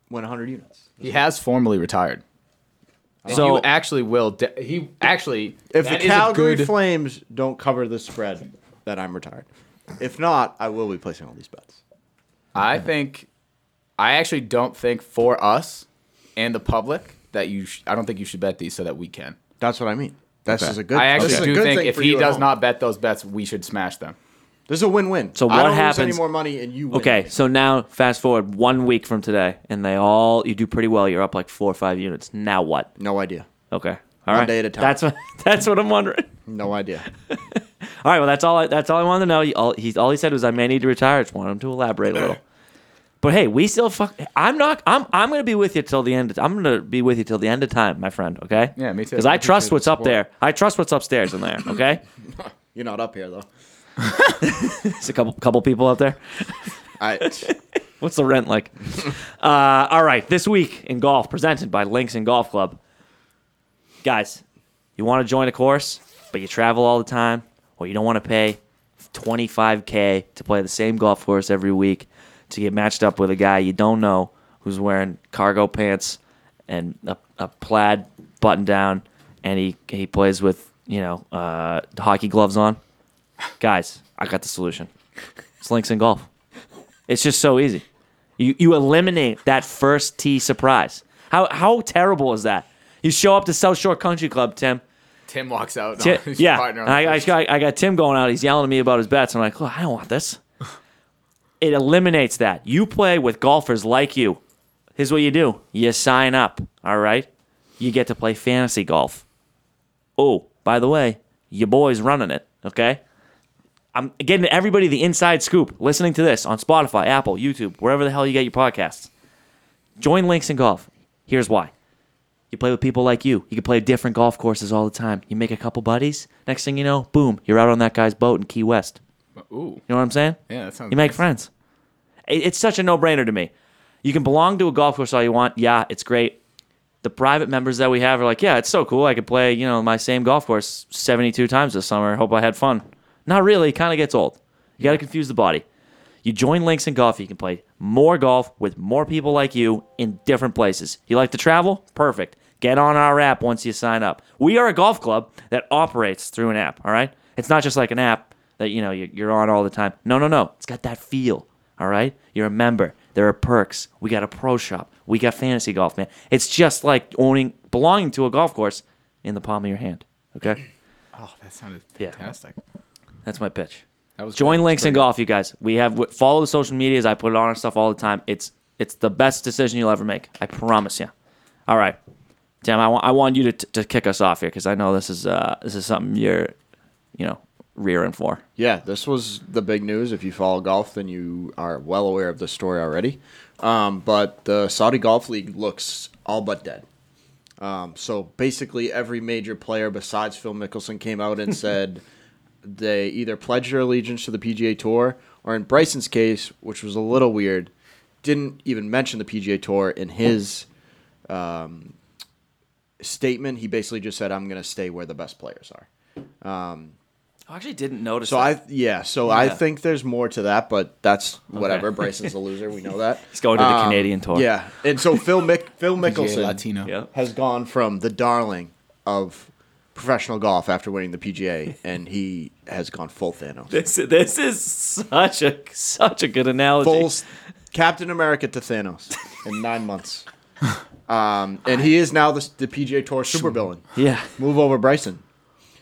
S2: win 100 units.
S1: he has formally retired.
S3: So
S1: you actually will. De- he actually,
S2: If
S1: that is
S2: the
S1: a
S2: Calgary
S1: good-
S2: Flames don't cover the spread, then I'm retired. If not, I will be placing all these bets.
S1: I think, I actually don't think for us and the public that you. Sh- I don't think you should bet these so that we can.
S2: That's what I mean. This is a good.
S1: I actually
S2: this is a
S1: do
S2: good
S1: think
S2: thing
S1: if
S2: for
S1: he
S2: you at
S1: does
S2: home.
S1: not bet those bets, we should smash them.
S2: this is a win-win.
S3: So
S2: I
S3: what
S2: don't lose
S3: happens-
S2: any more money, and you win.
S3: okay, so now fast forward one week from today, and they all you do pretty well. You're up like four or five units. Now what?
S2: No idea.
S3: Okay, all right.
S2: day at a time.
S3: That's what that's what I'm wondering.
S2: No idea.
S3: All right, well that's all. I, that's all I wanted to know. He- All he all he said was I may need to retire. I just wanted him to elaborate a little. But hey, we still fuck. I'm not. I'm. I'm gonna be with you till the end. Of, I'm gonna be with you till the end of time, my friend. Okay.
S1: Yeah, me too.
S3: Because I
S1: I
S3: trust what's up
S2: support.
S3: there. I trust what's upstairs in there. Okay.
S2: You're not up here though.
S3: There's a couple couple people up there.
S2: I.
S3: What's the rent like? uh, all right, this week in golf, presented by Links and Golf Club. Guys, you want to join a course, but you travel all the time, or you don't want to pay 25K to play the same golf course every week to get matched up with a guy you don't know who's wearing cargo pants and a, a plaid button down, and he, he plays with, you know, uh, hockey gloves on. Guys, I got the solution. It's Links and Golf. It's just so easy. You you eliminate that first tee surprise. How how terrible is that? You show up to South Shore Country Club, Tim.
S1: Tim walks out.
S3: Ti-
S1: He's
S3: yeah,
S1: partner on
S3: and I,
S1: the
S3: I,
S1: first.
S3: got, I got Tim going out. He's yelling at me about his bets. I'm like, oh, I don't want this. It eliminates that. You play with golfers like you. Here's what you do: you sign up. All right, you get to play fantasy golf. Oh, by the way, your boy's running it. Okay. I'm getting everybody the inside scoop listening to this on Spotify, Apple, YouTube, wherever the hell you get your podcasts. Join Links in Golf. Here's why. You play with people like you. You can play different golf courses all the time. You make a couple buddies. Next thing you know, boom, you're out on that guy's boat in Key West.
S1: Ooh,
S3: You know what I'm saying?
S1: yeah, that sounds.
S3: You make
S1: nice.
S3: friends. It- It's such a no brainer to me. You can belong to a golf course all you want. Yeah, it's great. the private members that we have are like, yeah, it's so cool. I could play, you know, my same golf course 72 times this summer. Hope I had fun. Not really. It kind of gets old. You got to confuse the body. You join Links in Golf, you can play more golf with more people like you in different places. You like to travel? Perfect. Get on our app once you sign up. We are a golf club that operates through an app, all right? It's not just like an app that you know you- you're on all the time. No, no, no. It's got that feel, all right? You're a member. There are perks. We got a pro shop. We got fantasy golf, man. It's just like owning belonging to a golf course in the palm of your hand, okay?
S1: Oh, that sounded
S3: Yeah.
S1: fantastic.
S3: That's my pitch.
S1: That was
S3: Join
S1: great.
S3: Links and Golf, you guys. We have w- follow the social medias. I put it on our stuff all the time. It's it's the best decision you'll ever make. I promise you. All right, Tim. I want I want you to, t- to kick us off here because I know this is uh this is something you're, you know, rearing for.
S2: Yeah, this was the big news. If you follow golf, then you are well aware of the story already. Um, but the Saudi Golf League looks all but dead. Um, so basically, every major player besides Phil Mickelson came out and said they either pledged their allegiance to the PGA Tour, or in Bryson's case, which was a little weird, didn't even mention the PGA Tour in his um, statement. He basically just said, "I'm going to stay where the best players are."
S3: I actually didn't notice.
S2: So I yeah, so I
S3: Yeah.
S2: think there's more to that, but that's whatever.
S3: Okay.
S2: Bryson's a loser, we know that. Uh,
S3: He's going to the Canadian tour.
S2: Um, Yeah. And so Phil Mick Phil
S1: PGA
S2: Mickelson
S1: Latino.
S3: Yeah.
S2: has gone from the darling of professional golf after winning the PGA and he has gone full Thanos.
S3: This this is such a such a good analogy.
S2: Full s- Captain America to Thanos in 9 months. Um, and he is now the, the PGA Tour supervillain.
S3: Yeah.
S2: Move over, Bryson.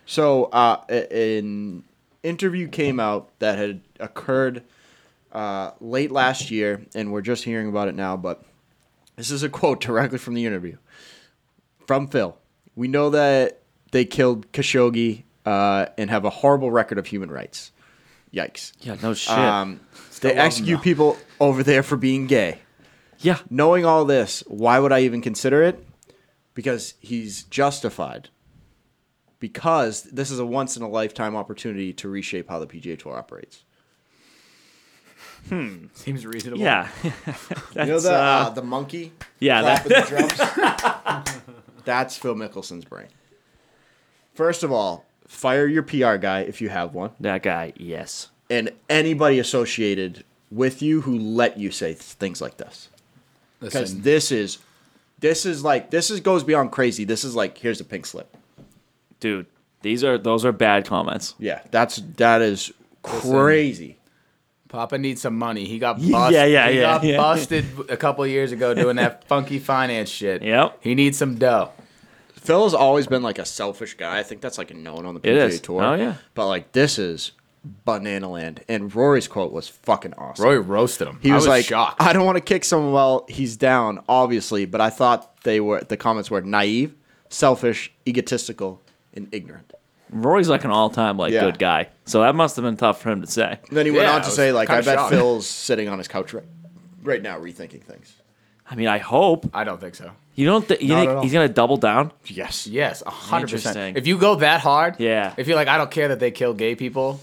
S2: So, uh, a- an interview came out that had occurred uh, late last year, and we're just hearing about it now. But this is a quote directly from the interview from Phil. We know that they killed Khashoggi uh, and have a horrible record of human rights. Yikes.
S3: Yeah. No shit.
S2: Um, they execute people over there for being gay
S3: yeah.
S2: knowing all this, why would I even consider it? Because he's justified. Because this is a once in a lifetime opportunity to reshape how the PGA Tour operates.
S1: Seems reasonable.
S3: Yeah.
S2: You know the uh, the monkey,
S3: yeah. That,
S2: clapping the drums. That's Phil Mickelson's brain. First of all, fire your PR guy if you have one,
S3: that guy. Yes.
S2: and anybody associated with you who let you say things like this. because
S1: Listen,
S2: this is this is like this is goes beyond crazy. This is like here's a pink slip.
S3: Dude. These are those are bad comments.
S2: Yeah, that's that is crazy.
S1: Papa needs some money. He got
S3: Yeah,
S1: busted.
S3: yeah, yeah,
S1: He got
S3: yeah.
S1: busted a couple years ago doing that funky finance shit.
S3: Yep.
S1: He needs some dough.
S2: Phil has always been like a selfish guy. I think that's like known on the
S3: It is.
S2: PGA Tour.
S3: Oh, yeah.
S2: but like this is banana land. And Rory's quote was fucking awesome.
S1: Roy roasted him.
S2: he
S1: I
S2: was, like,
S1: shocked.
S2: I don't want to kick someone while he's down, obviously, but I thought they were the comments were naive, selfish, egotistical, and ignorant.
S3: Rory's like an all-time like
S2: Yeah.
S3: good guy, so that must have been tough for him to say.
S2: And then he went
S1: Yeah,
S2: on
S1: I
S2: to
S1: was
S2: say like, I
S1: kinda
S2: bet
S1: shocked.
S2: Phil's sitting on his couch right, right now rethinking things.
S3: I mean, I hope
S1: I don't think so.
S3: you don't. Th- you
S2: Not at
S3: think
S2: all.
S3: he's gonna double down?
S2: Yes.
S1: Yes, a hundred
S3: Interesting.
S1: percent. If you go that hard,
S3: Yeah.
S1: If you're like, I don't care that they kill gay people,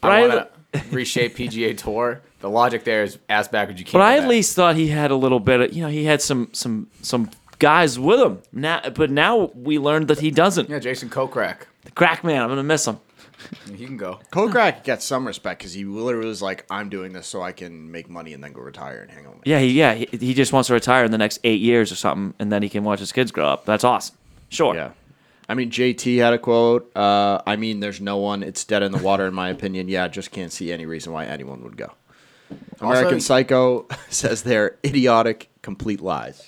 S3: But
S1: I
S3: I-
S1: want to reshape PGA Tour. The logic there is ass backwards. You can't.
S3: But
S1: do
S3: I at
S1: that.
S3: least thought he had a little bit of. You know, he had some some some guys with him. Now, but now we learned that he doesn't.
S1: yeah, Jason Kokrak,
S3: The crack man, I'm gonna miss him.
S1: he can go.
S2: Kokrak gets some respect because he literally was like, "I'm doing this so I can make money and then go retire and hang on." with it."
S3: Yeah, he, yeah. He, he just wants to retire in the next eight years or something, and then he can watch his kids grow up. That's awesome. Sure.
S2: yeah. I mean, JT had a quote. Uh, I mean, there's no one. It's dead in the water, in my opinion. Yeah, I just can't see any reason why anyone would go. American Psycho says they're idiotic, complete lies.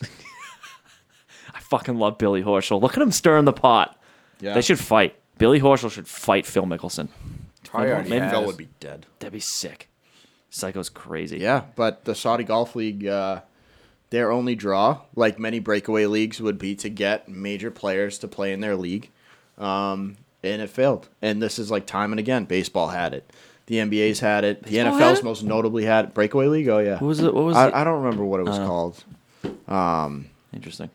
S3: I fucking love Billy Horschel. Look at him stirring the pot.
S2: Yeah,
S3: They should fight. Billy Horschel should fight Phil Mickelson.
S1: Probably already
S3: Maybe
S1: has.
S2: Phil would be dead.
S3: That'd be sick. Psycho's crazy.
S2: Yeah, but the Saudi Golf League, uh, their only draw, like many breakaway leagues, would be to get major players to play in their league. Um, and it failed. And this is like time and again. Baseball had it. The NBA's had it. The
S3: Baseball had
S2: NFL's
S3: it?
S2: most notably had it. Breakaway league? Oh, yeah.
S3: What was it? What was it? Uh,
S2: I, I don't remember what it was called.
S3: Interesting.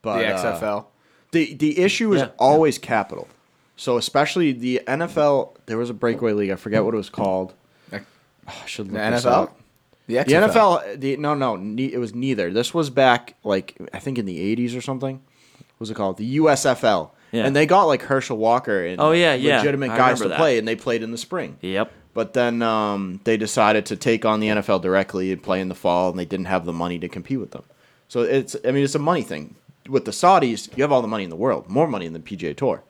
S2: But
S1: the
S2: uh,
S1: XFL.
S2: the the issue is
S3: Yeah.
S2: always capital. So especially the NFL, there was a breakaway league. I forget what it was called.
S1: Like,
S2: I should look
S1: the
S2: this
S1: NFL?
S2: up.
S1: The,
S2: The
S1: XFL.
S2: NFL, the, no, no, ne- it was neither. This was back like I think in the '80s or something. What was it called? The USFL.
S3: Yeah.
S2: And they got like Herschel Walker and
S3: Oh, yeah, yeah.
S2: legitimate
S3: I
S2: guys
S3: remember
S2: to
S3: that.
S2: play, and they played in the spring.
S3: Yep.
S2: But then um, they decided to take on the NFL directly and play in the fall, and they didn't have the money to compete with them. So it's, I mean, it's a money thing. With the Saudis, you have all the money in the world, more money than the PGA Tour.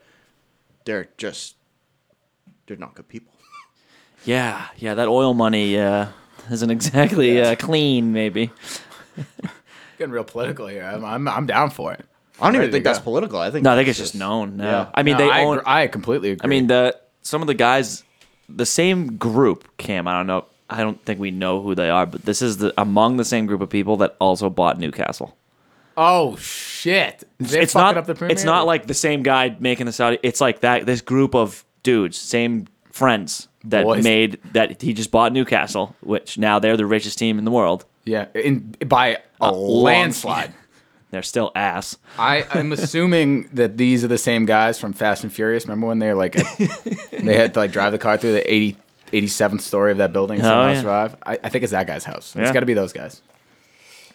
S2: They're just, they're not good people.
S3: Yeah, yeah, that oil money uh, isn't exactly uh, clean, maybe.
S1: Getting real political here. I'm, I'm, I'm down for it.
S2: I don't
S1: Ready
S2: even
S1: to
S2: think that's
S1: go.
S2: political. I think
S3: No, I think it's just known. No.
S2: Yeah.
S3: I mean,
S1: No,
S3: they
S1: I,
S3: own.
S1: agree- I completely agree.
S3: I mean, the some of the guys, the same group. Cam, I don't know. I don't think we know who they are, but this is the among the same group of people that also bought Newcastle.
S1: oh shit! They
S3: it's not
S1: fucking up the Premier
S3: it's not
S1: League?
S3: like the same guy making the Saudi. It's like that this group of dudes, same friends that
S1: Boys.
S3: made that he just bought Newcastle, which now they're the richest team in the world.
S1: yeah, in, by a, landslide.
S3: They're still ass.
S1: I, I'm assuming that these are the same guys from Fast and Furious. Remember when they were like, they had to like drive the car through the 80, 87th story of that building and
S3: Oh,
S1: somehow
S3: yeah.
S1: survive? I, I think it's that guy's house.
S3: Yeah.
S1: It's got to be those guys.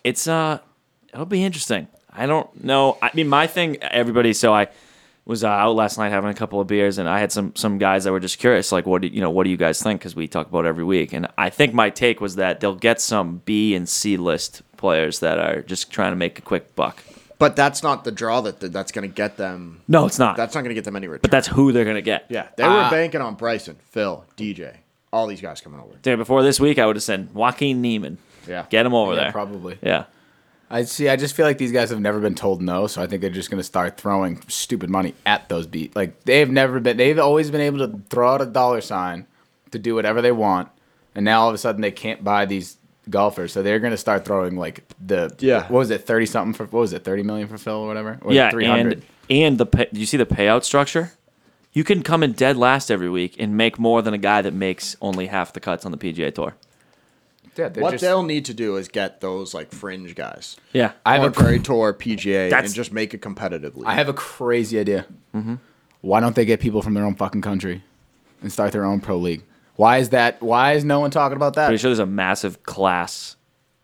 S3: it's uh it'll be interesting i don't know i mean my thing everybody so i was uh, out last night having a couple of beers and i had some some guys that were just curious like what do you know what do you guys think because we talk about it every week and i think my take was that they'll get some b and c list players that are just trying to make a quick buck
S2: But that's not the draw that that- that's going to get them.
S3: no it's not
S2: That's not going to get them any return.
S3: but that's who they're gonna get
S2: yeah, they were banking on Bryson, Phil, DJ, all these guys coming over.
S3: Dude, before this week i would have said joaquin neiman
S2: Yeah.
S3: get him over
S1: Yeah,
S3: there
S1: probably.
S3: yeah
S1: I see. I just feel like these guys have never been told no, so I think they're just going to start throwing stupid money at those beat. Like they've never been. They've always been able to throw out a dollar sign to do whatever they want, and now all of a sudden they can't buy these golfers, so they're going to start throwing like the
S2: Yeah.
S1: What was it? Thirty something for what was it? Thirty million for Phil or whatever. Or
S3: yeah,
S1: 300?
S3: and and the pay, you see the payout structure. You can come in dead last every week and make more than a guy that makes only half the cuts on the PGA Tour.
S1: yeah. They're
S2: What
S1: just,
S2: they'll need to do is get those like fringe guys.
S3: Yeah,
S1: I have a
S2: on Prairie Tour PGA
S3: That's-
S2: and just make it competitively.
S1: I have a crazy idea.
S2: Mm-hmm.
S1: Why don't they get people from their own fucking country and start their own pro league? Why is that? Why is no one talking about that?
S3: pretty sure there's a massive class.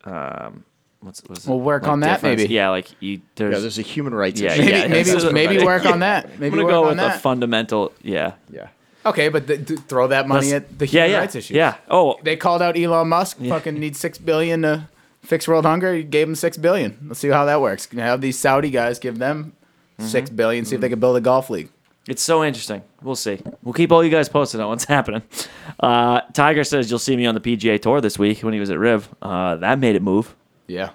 S3: Um, what's, what's it-
S1: We'll work
S3: like
S1: on that,
S3: difference?
S1: maybe.
S3: Yeah, like you, there's.
S2: yeah, there's a human rights
S3: Yeah,
S2: issue.
S1: Maybe
S3: yeah. that's
S1: maybe
S3: what
S1: maybe
S3: I-
S1: work on that. Maybe
S3: I'm gonna
S1: work
S3: go
S1: on
S3: with
S1: that.
S3: a fundamental. Yeah.
S2: Yeah.
S1: Okay, but th- th- throw that money
S3: Let's-
S1: at the human
S3: yeah, yeah,
S1: rights issue.
S3: Yeah. Oh,
S1: They called out Elon Musk. Fucking needs six billion to fix world hunger. You gave him six billion. Let's see how that works. Can Have these Saudi guys give them
S3: Mm-hmm.
S1: six billion. See if they can build a golf league.
S3: It's so interesting. We'll see. We'll keep all you guys posted on what's happening. Uh, Tiger says you'll see me on the PGA Tour this week when he was at Riv. Uh, that made it move.
S1: Yeah.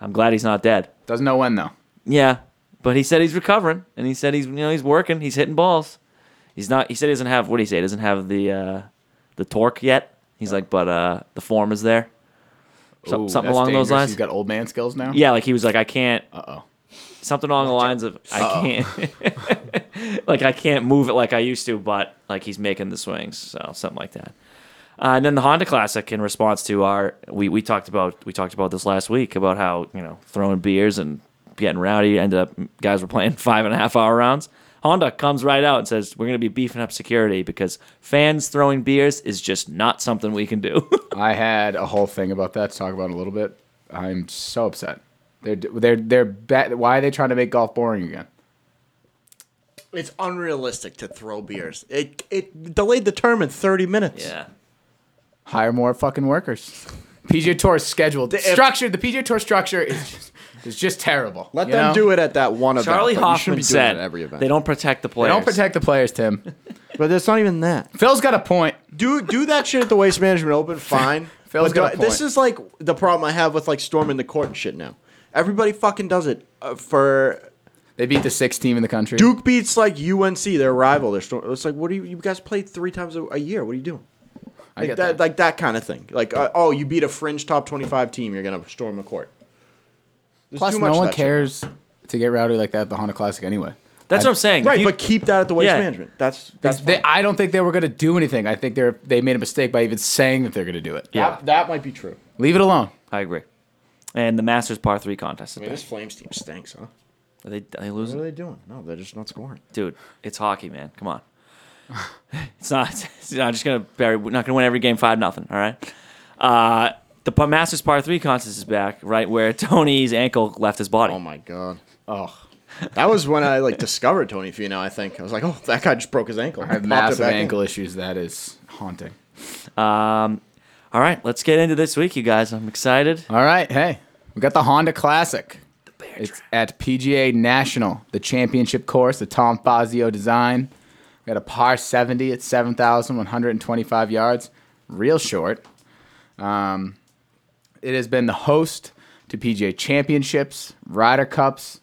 S3: I'm glad he's not dead.
S1: Doesn't know when though.
S3: Yeah, but he said he's recovering, and he said he's you know he's working, he's hitting balls. He's not. He said he doesn't have what do you say? He doesn't have the uh, the torque yet. He's like, but uh, the form is there. So,
S1: Ooh,
S3: something
S1: that's
S3: along
S1: dangerous.
S3: those lines.
S1: He's got old man skills now.
S3: yeah, like he was like, I can't.
S1: Uh oh.
S3: Something along the lines of I can't. like I can't move it like I used to, but like he's making the swings, so something like that. Uh, and then the Honda Classic in response to our we, we talked about we talked about this last week about how you know throwing beers and getting rowdy ended up guys were playing five and a half hour rounds. Honda comes right out and says we're going to be beefing up security because fans throwing beers is just not something we can do.
S1: I had a whole thing about that to talk about in a little bit. I'm so upset. They're they're they're ba- why are they trying to make golf boring again?
S2: It's unrealistic to throw beers. It it delayed the term in 30 minutes.
S3: yeah,
S1: hire more fucking workers. PGA Tour is scheduled.
S2: if-
S1: structured. The PGA Tour structure is just, is just terrible.
S2: Let them do it at that one event.
S3: Charlie
S2: but you shouldn't
S3: Hoffman
S2: be doing it
S3: said
S2: at every event.
S3: they don't protect the
S1: They
S3: players.
S1: don't protect the players, Tim.
S2: But it's not even that.
S1: Phil's got a point.
S2: Do do that shit at the Waste Management Open, fine.
S1: Phil's
S2: But
S1: got a
S2: do- This
S1: point.
S2: is like the problem I have with like storming the court and shit now. Everybody fucking does it uh, for
S1: They beat the sixth team in the country.
S2: Duke beats like UNC, their rival. Their storm. It's like, what do you? You guys play three times a, a year. What are you doing?
S1: I
S2: Like
S1: get
S2: that,
S1: that.
S2: like that kind of thing. Like, uh, oh, you beat a fringe top twenty-five team, you're gonna storm the court. There's
S1: Plus,
S2: too much
S1: no
S2: of
S1: one
S2: that shit.
S1: cares to get rowdy like that at the Honda Classic anyway.
S3: That's what I'm saying. If
S2: right?
S3: you-
S2: but keep that at the waste
S3: Yeah.
S2: management. That's that's
S1: They-
S2: fine.
S1: I don't think they were going to do anything. I think they're they made a mistake by even saying that they're going to do it.
S3: yeah.
S2: that, that might be true.
S1: Leave it alone.
S3: I agree. And the Masters Par Three contest is
S2: I mean,
S3: back.
S2: this Flames team stinks, huh?
S3: Are they, are they
S2: What
S3: losing?
S2: are they doing? No, they're just not scoring.
S3: Dude, it's hockey, man. Come on. It's not. It's not just gonna bury. We're not gonna win every game five nothing. All right. Uh, the Pa- Masters Par Three contest is back, right where Tony's ankle left his body.
S2: Oh
S1: Um,
S2: my god. Oh. That was when I like discovered Tony Finau. I think I was like, "Oh, that guy just broke his ankle."
S1: I have massive ankle issues. That is haunting.
S3: All right, let's get into this week, you guys. I'm excited.
S1: All right, hey, we got the Honda Classic. It's at PGA National, the championship course, the Tom Fazio design. We got a par 70 at 7,125 yards, real short. Um, it has been the host to PGA Championships, Ryder Cups,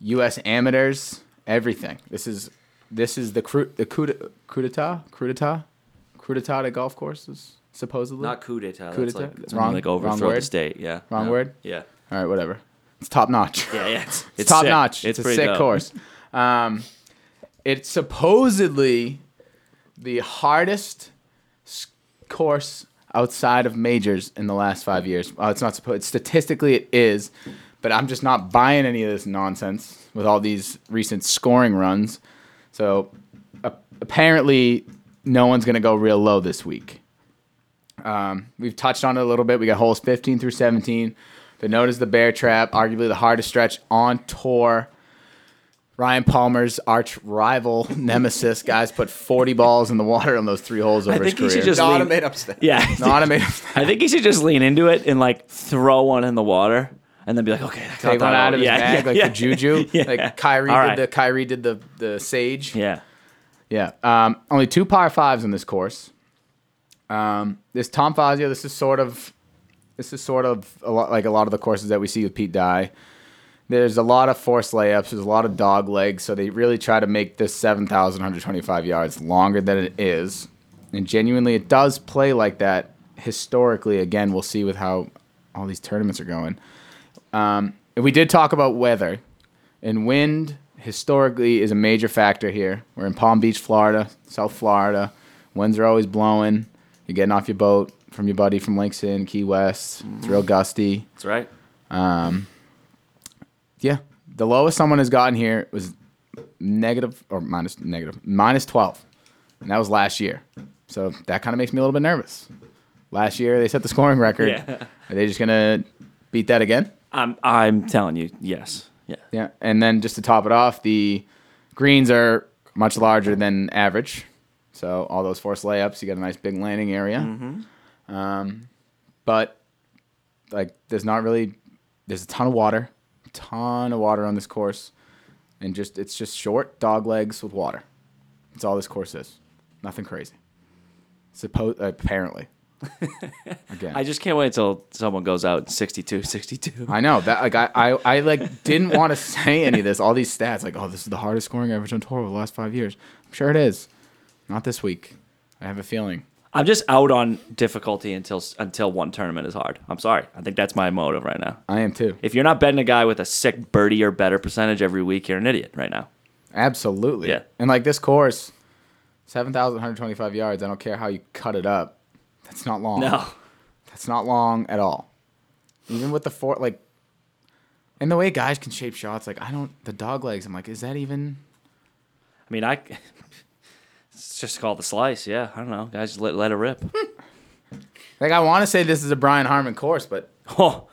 S1: U.S. Amateurs, everything. This is this is the cru- the coup de- coup d'etat, coup d'etat, coup d'etat to golf courses supposedly.
S3: Not coup d'etat.
S1: Coup
S3: that's
S1: d'etat?
S3: Like,
S1: Wrong-
S3: wrong, like overthrow
S1: wrong
S3: the
S1: word?
S3: state. Yeah.
S1: Wrong
S3: No.
S1: word?
S3: Yeah.
S1: All right, whatever. It's top notch.
S3: Yeah, yeah. It's,
S1: It's, top
S3: sick.
S1: notch. It's, a
S3: pretty
S1: sick
S3: dope.
S1: course. Um, it's supposedly the hardest s- course outside of majors in the last five years. Well, it's not supposed. Statistically, it is, but I'm just not buying any of this nonsense with all these recent scoring runs. So a- apparently, no one's going to go real low this week. Um, we've touched on it a little bit. We got holes 15 through 17. The note is the bear trap, arguably the hardest stretch on tour. Ryan Palmer's arch rival nemesis guys put 40 balls in the water on those three holes over
S3: think he
S1: his
S3: should
S1: career.
S3: just-
S2: Not a made up stat.
S3: Yeah.
S1: No, I mean,
S3: I think he should just lean into it and like throw one in the water and then be like, okay, I got
S1: take
S3: that
S1: one out of his
S3: Yeah,
S1: bag
S3: yeah,
S1: like
S3: yeah.
S1: the juju.
S3: Yeah.
S1: Like Kyrie
S3: All
S1: did
S3: right.
S1: the Kyrie did the the sage.
S3: Yeah.
S1: Yeah. Um, only two par fives on this course. Um, this Tom Fazio, this is sort of, this is sort of a lot like a lot of the courses that we see with Pete Dye. There's a lot of forced layups. There's a lot of dog legs. So they really try to make this 7,125 yards longer than it is. And genuinely, it does play like that historically. Again, we'll see with how all these tournaments are going. Um, and we did talk about weather. And wind historically is a major factor here. We're in Palm Beach, Florida, South Florida. Winds are always blowing. You're getting off your boat from your buddy from Langston, Key West. It's real gusty.
S3: That's right.
S1: Yeah. The lowest someone has gotten here was negative or minus negative minus 12. And that was last year. So that kind of makes me a little bit nervous. Last year they set the scoring record.
S3: Yeah.
S1: Are they just going to beat that again?
S3: I'm I'm telling you, yes. Yeah.
S1: Yeah, and then just to top it off, the greens are much larger than average. So all those forced layups, you got a nice big landing area. Um, but like, there's not really there's a ton of water, ton of water on this course, and just it's just short dog legs with water. That's all this course is. Nothing crazy. Suppo- apparently. Again,
S3: I just can't wait until someone goes out 62, 62.
S1: I know that like I, I, I like didn't want to say any of this. All these stats like oh this is the hardest scoring average on tour over the last five years. I'm sure it is. Not this week. I have a feeling.
S3: I'm just out on difficulty until until one tournament is hard. I'm sorry. I think that's my motive right now.
S1: I am too.
S3: If you're not betting a guy with a sick birdie or better percentage every week, you're an idiot right now.
S1: Absolutely.
S3: Yeah.
S1: And like this course, seven thousand one hundred twenty-five yards. I don't care how you cut it up. That's not long.
S3: No.
S1: That's not long at all. Even with the four like, and the way guys can shape shots, like I don't the dog legs. I'm like, is that even?
S3: I mean, I it's just called the slice. Yeah, I don't know, guys, just let let it rip.
S1: Like I want to say this is a Brian Harmon course, but
S3: oh,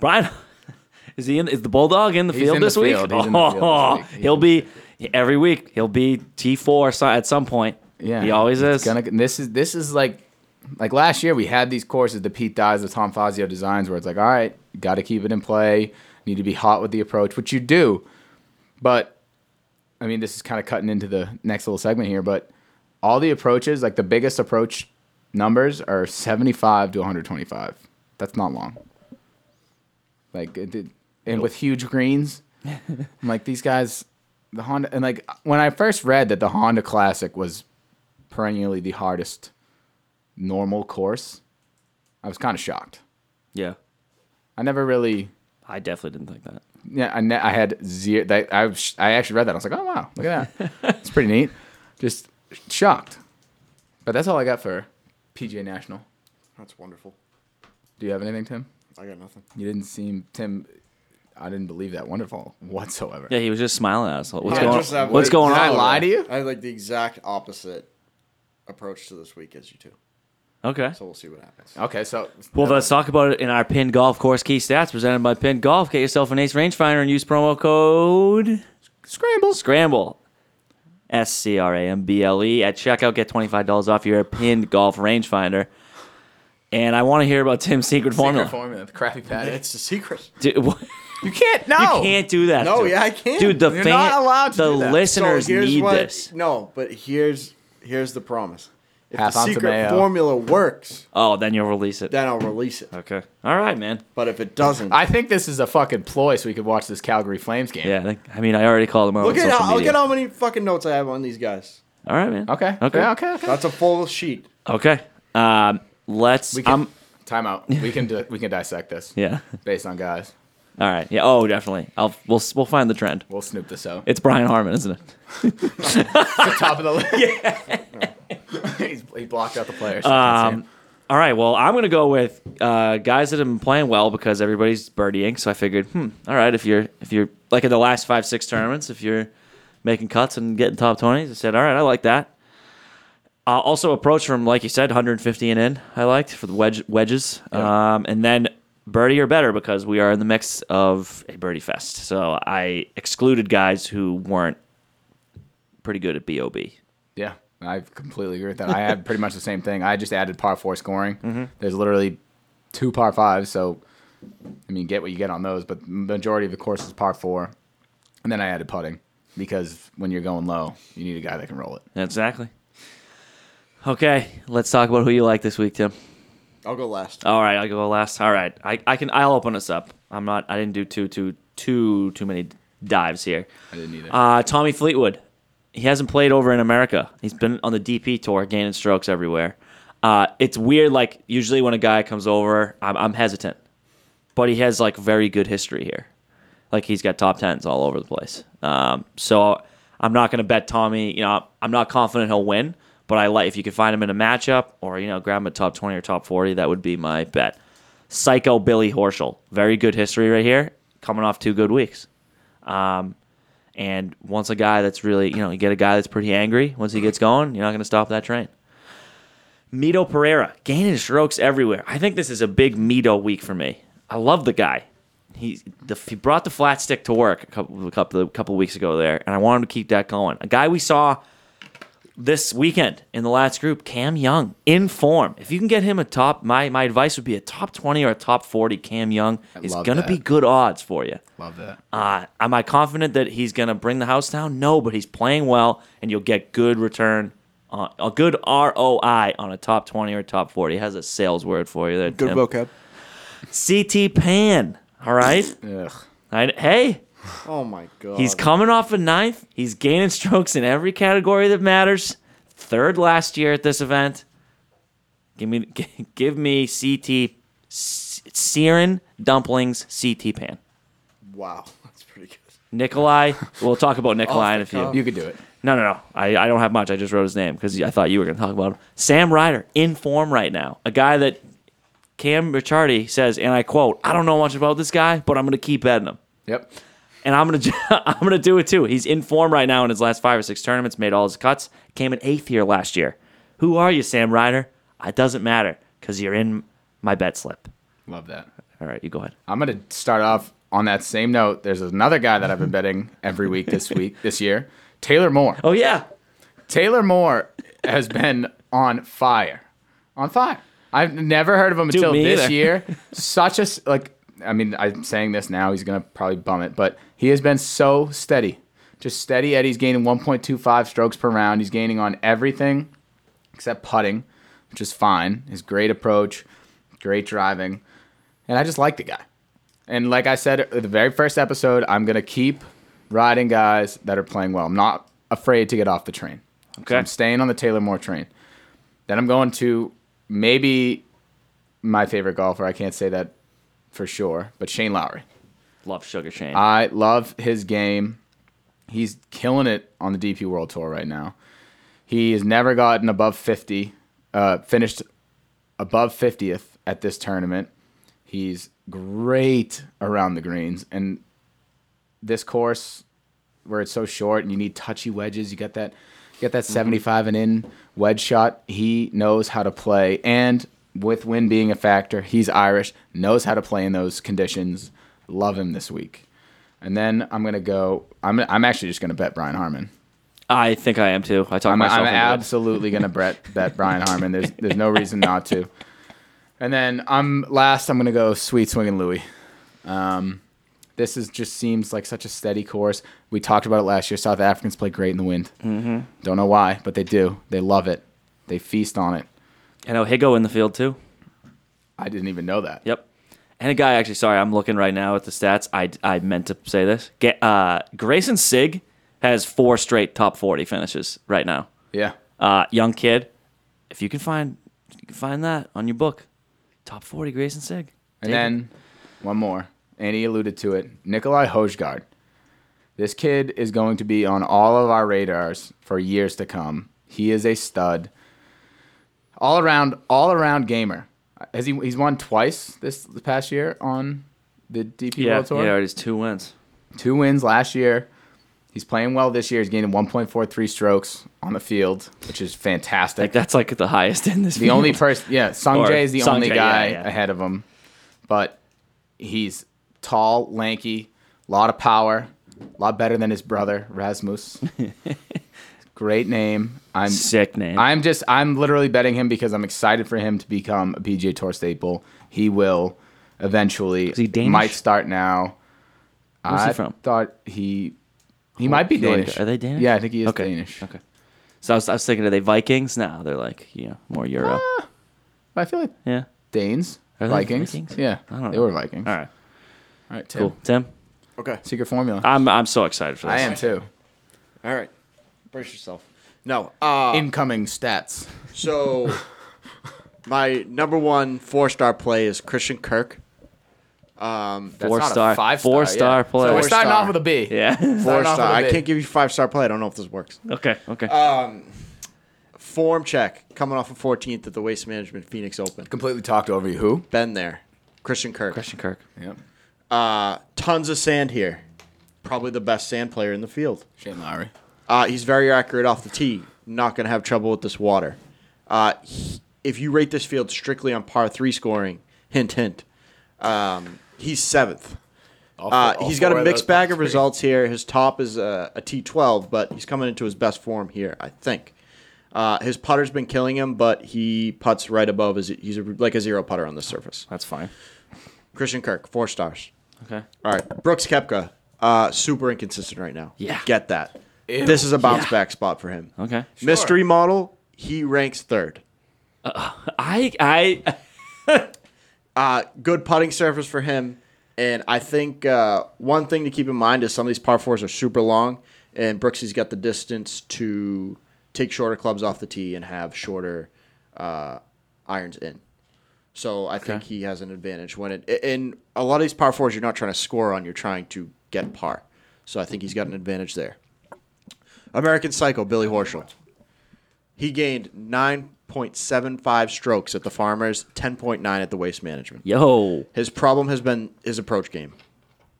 S3: Brian, is he in? Is the bulldog in the
S1: He's
S3: field
S1: in the
S3: this week?
S1: field. He's in the field this
S3: Oh,
S1: week. He's
S3: he'll be every week. He'll be T four at some point.
S1: Yeah,
S3: he always
S1: it's
S3: is.
S1: Gonna, this is this is like like last year we had these courses, the Pete Dyes, the Tom Fazio designs, where it's like, all right, got to keep it in play. Need to be hot with the approach, which you do. But I mean, this is kind of cutting into the next little segment here. But all the approaches, like the biggest approach numbers, are seventy-five to one hundred twenty-five. That's not long. Like it did, and with huge greens, I'm like these guys, the Honda, and like when I first read that the Honda Classic was perennially the hardest normal course, I was kind of shocked.
S3: yeah,
S1: I never really,
S3: I definitely didn't think that.
S1: yeah, I, ne- I had zero. That I, was- I actually read that. I was like, oh wow, look at that. It's pretty neat. Just shocked. But that's all I got for PGA National.
S2: That's wonderful.
S1: Do you have anything, Tim?
S2: I got nothing.
S1: You didn't seem Tim. I didn't believe that wonderful whatsoever.
S3: Yeah, he was just smiling at us. Like, What's
S2: Yeah,
S3: going?
S2: just that
S3: what's
S2: way.
S3: going
S1: Did I
S3: on?
S1: lie to you?
S2: I had like the exact opposite approach to this week as you two.
S3: Okay.
S2: So we'll see what happens.
S1: Okay, so
S3: Well, let's talk about it in our Pin Golf Course Key Stats presented by Pin Golf. Get yourself an Ace Rangefinder and use promo code
S1: scrambles.
S3: Scramble. S C R A M B L E at checkout. Get twenty five dollars off your Pin Golf Rangefinder. And I want to hear about Tim's secret formula.
S1: Secret formula, the crappy patty.
S2: It's a secret.
S3: Dude, what-
S1: you can't. No,
S3: You can't do that.
S2: No,
S3: dude.
S2: yeah, I can.
S3: Dude, the
S1: You're
S3: fan-
S1: not allowed to
S3: the
S1: do that.
S3: listeners
S2: here's
S3: need
S2: what-
S3: this.
S2: No, but here's here's the promise. If
S1: Half
S2: the
S1: on
S2: secret
S1: tomato.
S2: formula works,
S3: Oh, then you'll release it.
S2: then I'll release it.
S3: okay. All right, man.
S2: But if it doesn't,
S1: I think this is a fucking ploy so we could watch this Calgary Flames game.
S3: Yeah, I, think, I mean, I already called him out
S2: look
S3: on
S2: at
S3: social
S2: how, look
S3: media.
S2: at how many fucking notes I have on these guys.
S3: All right, man.
S1: Okay.
S3: Okay.
S1: Yeah, okay. Okay.
S2: That's a full sheet.
S3: Okay. Um, let's.
S1: We can
S3: um,
S1: time out. We can do, we can dissect this.
S3: yeah.
S1: Based on guys,
S3: All right. Yeah. Oh, definitely. I'll we'll we'll find the trend.
S1: we'll snoop this out.
S3: It's Brian Harmon, isn't it?
S1: the top of the list. He's, he blocked out the players.
S3: Um, all right. Well, I'm gonna go with uh, guys that have been playing well because everybody's birdieing. So I figured, hmm. All right, if you're if you're like in the last five six tournaments, if you're making cuts and getting top twenties, I said, all right, I like that. Uh, also, approach from like you said, 150 and in. I liked for the wedge wedges, um, and then birdie or better because we are in the mix of a birdie fest. So I excluded guys who weren't pretty good at bob.
S1: yeah, I completely agree with that. I had pretty much the same thing. I just added par four scoring.
S3: Mm-hmm.
S1: There's literally two par fives, so I mean, get what you get on those. But majority of the course is par four, and then I added putting because when you're going low, you need a guy that can roll it.
S3: Exactly. Okay, let's talk about who you like this week, Tim.
S2: I'll go last.
S3: All right, I'll go last. All right, I, I can I'll open us up. I'm not I didn't do too too too too many dives here.
S1: I didn't either.
S3: Uh, Tommy Fleetwood, he hasn't played over in America. He's been on the DP tour, gaining strokes everywhere. Uh, it's weird. Like usually when a guy comes over, I'm, I'm hesitant, but he has like very good history here. Like he's got top tens all over the place. Um, so I'm not going to bet Tommy. You know, I'm not confident he'll win, but I like if you can find him in a matchup or you know grab him a top twenty or top forty. That would be my bet. Psycho Billy Horschel, very good history right here. Coming off two good weeks. Um, and once a guy that's really, you know, you get a guy that's pretty angry, once he gets going, you're not going to stop that train. Mito Pereira, gaining strokes everywhere. I think this is a big Mito week for me. I love the guy. He, the, he brought the flat stick to work a couple, a couple, a couple weeks ago there, and I want him to keep that going. A guy we saw this weekend in the last group, Cam Young, in form. If you can get him a top, my, my advice would be a top 20 or a top 40 Cam Young is
S1: love
S3: going to
S1: that.
S3: be good odds for you.
S1: Love that.
S3: Uh, am I confident that he's going to bring the house down? No, but he's playing well, and you'll get good return, on, a good ROI on a top 20 or top 40. Has a sales word for you there,
S2: Good
S3: Tim.
S2: vocab.
S3: CT Pan, all right?
S1: Ugh.
S3: I, hey,
S2: Oh my god.
S3: he's coming off a ninth. He's gaining strokes in every category that matters. Third last year at this event. Give me, give me CT, S- Siren Dumplings, CT Pan.
S2: Wow, that's pretty good.
S3: Nikolai, we'll talk about Nikolai in a few.
S2: cuff.
S1: You could do it.
S3: No, no, no. I, I don't have much. I just wrote his name because I thought you were going to talk about him. Sam Ryder, in form right now. A guy that Cam Ricciardi says, and I quote, I don't know much about this guy, but I'm going to keep betting him.
S1: Yep.
S3: And I'm going to I'm gonna do it too. He's in form right now in his last five or six tournaments, made all his cuts, came in eighth here last year. Who are you, Sam Ryder? It doesn't matter because you're in my bet slip.
S1: Love that.
S3: All right, you go ahead.
S1: I'm gonna start off on that same note. There's another guy that I've been betting every week this week this year. Taylor Moore.
S3: Oh, yeah.
S1: Taylor Moore has been on fire, on fire. I've never heard of him until
S3: me
S1: this
S3: either.
S1: year. Such a s- like. I mean, I'm saying this now. He's gonna probably bum it, but he has been so steady, just steady. Eddie's gaining 1.25 strokes per round. He's gaining on everything except putting, which is fine. His great approach, great driving, and I just like the guy. And like I said at the very first episode, I'm gonna keep riding guys that are playing well. I'm not afraid to get off the train. So
S3: Okay.
S1: I'm staying on the Taylor Moore train. Then I'm going to maybe my favorite golfer. I can't say that for sure, but Shane Lowry.
S3: Love Sugar Shane.
S1: I love his game. He's killing it on the DP World Tour right now. He has never gotten above 50, uh, finished above 50th at this tournament. He's great around the greens. And this course, where it's so short and you need touchy wedges. You got that, you got that 75 and in wedge shot. He knows how to play, and with wind being a factor, he's Irish, knows how to play in those conditions. Love him this week. And then I'm gonna go. I'm I'm actually just gonna bet Brian Harmon.
S3: I think I am too. I talk
S1: I'm,
S3: myself
S1: I'm
S3: into it.
S1: absolutely gonna bet bet Brian Harmon. There's there's no reason not to. And then I'm last. I'm gonna go Sweet Swinging Louie. Um, this is just seems like such a steady course. We talked about it last year. South Africans play great in the wind. Mm-hmm. Don't know why, but they do. They love it. They feast on it.
S3: I know Higo in the field too.
S1: I didn't even know that.
S3: Yep. And a guy actually, sorry, I'm looking right now at the stats. I, I meant to say this. Get, uh, Grayson Sig has four straight top 40 finishes right now.
S1: Yeah.
S3: Uh, young kid, if you can find if you can find that on your book, top 40 Grayson Sig.
S1: And then one more. Andy alluded to it. Nikolai Hojgaard. This kid is going to be on all of our radars for years to come. He is a stud. All around, all around gamer. Has he? He's won twice this the past year on the DP
S3: yeah,
S1: World
S3: yeah,
S1: Tour.
S3: it is two wins.
S1: Two wins last year. He's playing well this year. He's gaining 1.43 strokes on the field, which is fantastic.
S3: Like that's like the highest in this.
S1: The only person, yeah,
S3: Or
S1: Sungjae is the
S3: Sungjae,
S1: only
S3: yeah,
S1: guy
S3: yeah.
S1: ahead of him, but he's tall, lanky, a lot of power, a lot better than his brother Rasmus. Great name. I'm
S3: sick name.
S1: I'm just I'm literally betting him because I'm excited for him to become a PGA Tour staple. He will eventually.
S3: he Danish?
S1: Might start now.
S3: Where's he
S1: I
S3: from?
S1: Thought he he might be
S3: Who are they-
S1: Danish.
S3: are they Danish?
S1: Yeah, I think he is
S3: Okay,
S1: Danish.
S3: okay. so I was, I was thinking, are they Vikings? No, they're like you know more Euro.
S1: Ah. I feel like
S3: yeah.
S1: Danes,
S3: Are they
S1: Vikings.
S3: Vikings?
S1: Yeah,
S3: I don't
S1: they
S3: know.
S1: were Vikings.
S3: All right.
S1: All right, Tim.
S3: Cool. Ah, Tim,
S2: Okay.
S1: Secret formula.
S3: I'm I'm so excited for this.
S1: I am too.
S2: All right. Brace yourself. No.
S3: Ah.
S2: Uh,
S1: Incoming stats.
S2: so my number one four star play is Christian Kirk.
S1: That's
S3: Four
S1: not a
S3: star-
S1: five-star,
S3: four star player.
S1: So we're
S2: Four
S1: starting
S2: star.
S1: off with a B.
S3: Yeah.
S2: Four
S1: Starting off
S2: star.
S1: with a
S2: I
S1: B.
S2: can't give you five star play. I don't know if this works.
S3: okay. Okay.
S2: Uh, Form check coming off of 14th at the Waste Management Phoenix Open.
S1: Completely talked over you. Who?
S2: Been there. Christian Kirk.
S3: Christian Kirk.
S1: Yep.
S2: Uh, tons of sand here. Probably the best sand player in the field.
S1: Shane Lowry.
S2: Uh, he's very accurate off the tee. Not going to have trouble with this water. Uh, he- if you rate this field strictly on par three scoring, hint, hint, um, he's seventh. Uh, he's got a mixed bag of results here. His top is a, a T12, but he's coming into his best form here, I think. Uh, his putter's been killing him, but he puts right above. His, he's a, like a zero putter on the surface.
S3: That's fine.
S2: Christian Kirk, four stars.
S3: Okay.
S2: All right, Brooks Kepka, uh, super inconsistent right now.
S3: Yeah.
S2: get that.
S1: Ew.
S2: This is a bounce back spot for him.
S3: Okay.
S2: Mystery model, he ranks third.
S3: I I
S2: Uh, good putting surface for him, and I think uh, one thing to keep in mind is some of these par fours are super long, and Brooksy's got the distance to take shorter clubs off the tee and have shorter uh, irons in. So I think he has an advantage when it. In a lot of these par fours, you're not trying to score on; you're trying to get par. So I think he's got an advantage there. American Psycho Billy Horschel. He gained nine point seven five strokes at the Farmers, ten point nine at the Waste Management.
S3: yo.
S2: His problem has been his approach game,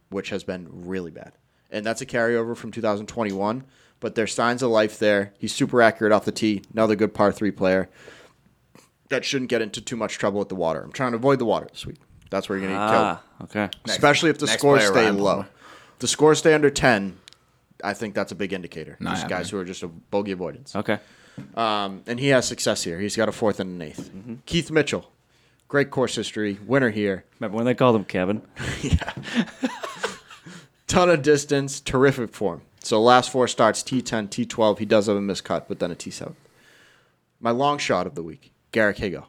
S2: which has been really bad. And that's a carryover from 2021, but there's signs of life there. He's super accurate off the tee, another good par three player. That shouldn't get into too much trouble with the water. I'm trying to avoid the water this week. That's where you're going to get killed
S3: Ah. Okay.
S2: especially if the
S1: next
S2: scores
S1: player,
S2: stay
S1: Ryan
S2: low.
S1: Palmer.
S2: If the scores stay under ten, I think that's a big indicator.
S1: Not
S2: These guys
S1: happening.
S2: who are just a bogey avoidance.
S3: Okay.
S2: Um, and he has success here. He's got a fourth and an 8th
S1: Mm-hmm.
S2: Keith Mitchell, great course history, winner here.
S3: Remember when they called him Kevin?
S2: Ton of distance, terrific form. So last four starts T10, T12. He does have a miscut, but then a T7. My long shot of the week, Garrick Higo.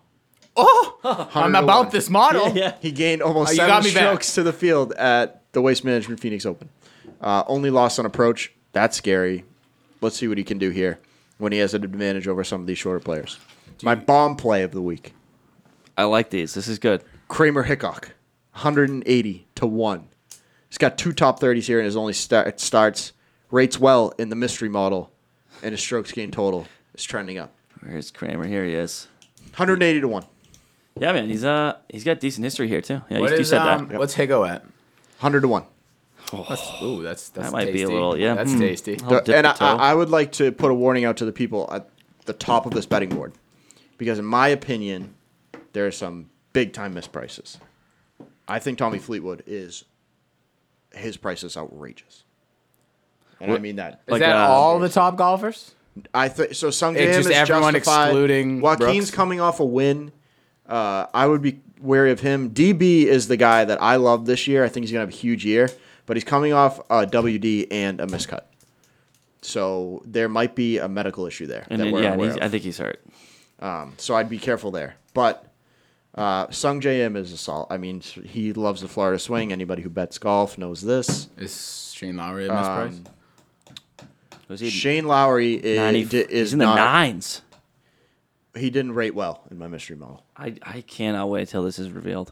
S1: Oh, I'm
S2: 101.
S1: about this model.
S2: He gained almost
S1: Oh, you
S2: seven
S1: got me back.
S2: strokes to the field at the Waste Management Phoenix Open. Uh, only loss on approach. That's scary. Let's see what he can do here when he has an advantage over some of these shorter players. My bomb play of the week
S3: I like these. This is good.
S2: Kramer Hickok, 180 to 1. He's got two top 30s here and his only start, starts. Rates well in the mystery model, and his strokes gain total is trending up.
S3: Where's Kramer? Here he is.
S2: 180 to 1.
S3: Yeah, man. He's uh he's got decent history here too. Yeah,
S1: What
S3: you, you
S1: is,
S3: said
S1: um,
S3: that.
S1: What's Higo at?
S2: 100 to 1.
S1: That's, ooh, that's, that's
S3: That might be a
S1: tasty.
S3: little- yeah.
S1: That's
S3: Mm.
S1: tasty.
S3: I'll dip
S2: and
S3: the
S2: I,
S3: toe.
S2: I I would like to put a warning out to the people at the top of this betting board, because in my opinion, there are some big time misprices. I think Tommy Fleetwood is his price is outrageous, and I mean that.
S1: Is
S3: Like,
S1: that
S3: uh,
S1: all the top golfers?
S2: I think so. Some
S1: It's
S2: games
S1: just
S2: is
S1: everyone
S2: justified.
S1: excluding
S2: Joaquin's
S1: Brooks.
S2: coming off a win. Uh, I would be wary of him. DB is the guy that I love this year. I think he's gonna have a huge year, but he's coming off a WD and a miscut, so there might be a medical issue there
S3: And
S2: that
S3: then-
S2: we're
S3: yeah, and
S2: aware
S3: he's, I
S2: of.
S3: think he's hurt.
S2: so I'd be careful there. But uh, Sung J M is a solid. I mean, he loves the Florida swing. Anybody who bets golf knows this.
S1: Is Shane Lowry a
S3: Um,
S1: misprice?
S3: Was he
S2: Shane Lowry is,
S3: 90
S2: di- is
S3: he's in the
S2: not.
S3: nines.
S2: He didn't rate well in my mystery model.
S3: I, I cannot wait till this is revealed.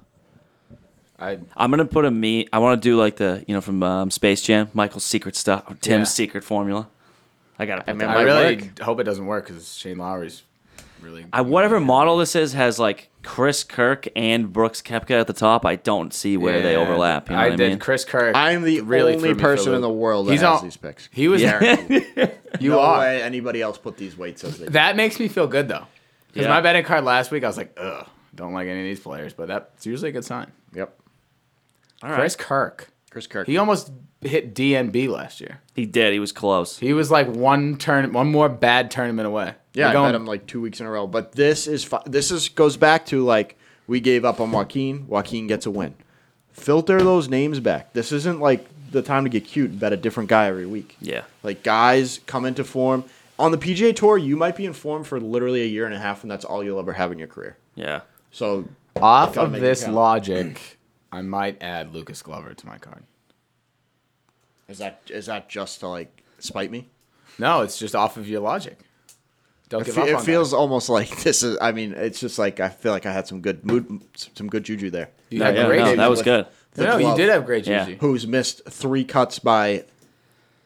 S1: I
S3: I'm gonna put a me. I want to do like the you know from um, Space Jam, Michael's secret stuff, or Tim's
S1: Yeah.
S3: secret formula. I gotta. Put
S2: mean,
S3: that.
S1: I
S2: might
S1: really
S2: work.
S1: hope it doesn't work because Shane Lowry's really.
S3: I whatever model this is has like Chris Kirk and Brooks Kepka at the top. I don't see where they
S1: Yeah.
S3: overlap. You know
S1: I
S3: what I
S1: did
S3: mean?
S1: Chris Kirk.
S2: I'm the
S1: really
S2: only
S1: threw me for
S2: person
S1: a
S2: in the
S1: loop.
S2: world that
S1: He's
S2: has
S1: all-
S2: these picks.
S1: He was there. you
S2: no
S1: are.
S2: way anybody else put these weights as they.
S1: That makes me feel good though, because
S3: Yeah.
S1: my betting card last week I was like, ugh, don't like any of these players, but that's usually a good sign.
S2: yep.
S3: All right.
S1: Chris Kirk.
S2: Chris Kirk.
S1: He almost hit DNB last year.
S3: He did. He was close.
S1: He was like one turn, one more bad tournament away.
S2: yeah,
S1: We're
S2: I
S1: going-
S2: bet him like two weeks in a row. But this is fi- this is goes back to like we gave up on Joaquin. Joaquin gets a win. Filter those names back. This isn't like the time to get cute and bet a different guy every week.
S3: Yeah.
S2: Like guys come into form on the PGA Tour. You might be in form for literally a year and a half, and that's all you'll ever have in your career.
S3: Yeah.
S2: So
S1: Off
S2: Gotta
S1: of
S2: make it
S1: this
S2: count.
S1: logic, I might add Lucas Glover to my card.
S2: is that is that just to like spite me?
S1: No, it's just off of your logic. Don't
S2: It,
S1: give
S2: fe-
S1: up
S2: it
S1: on that.
S2: feels almost like this is. I mean, it's just like I feel like I had some good mood, some good juju there.
S1: You had
S3: yeah,
S1: great
S3: no,
S1: juju
S3: that was
S1: with-
S3: good.
S2: The
S1: no, you
S2: glove,
S1: did have great juju.
S3: Yeah.
S2: Who's missed three cuts by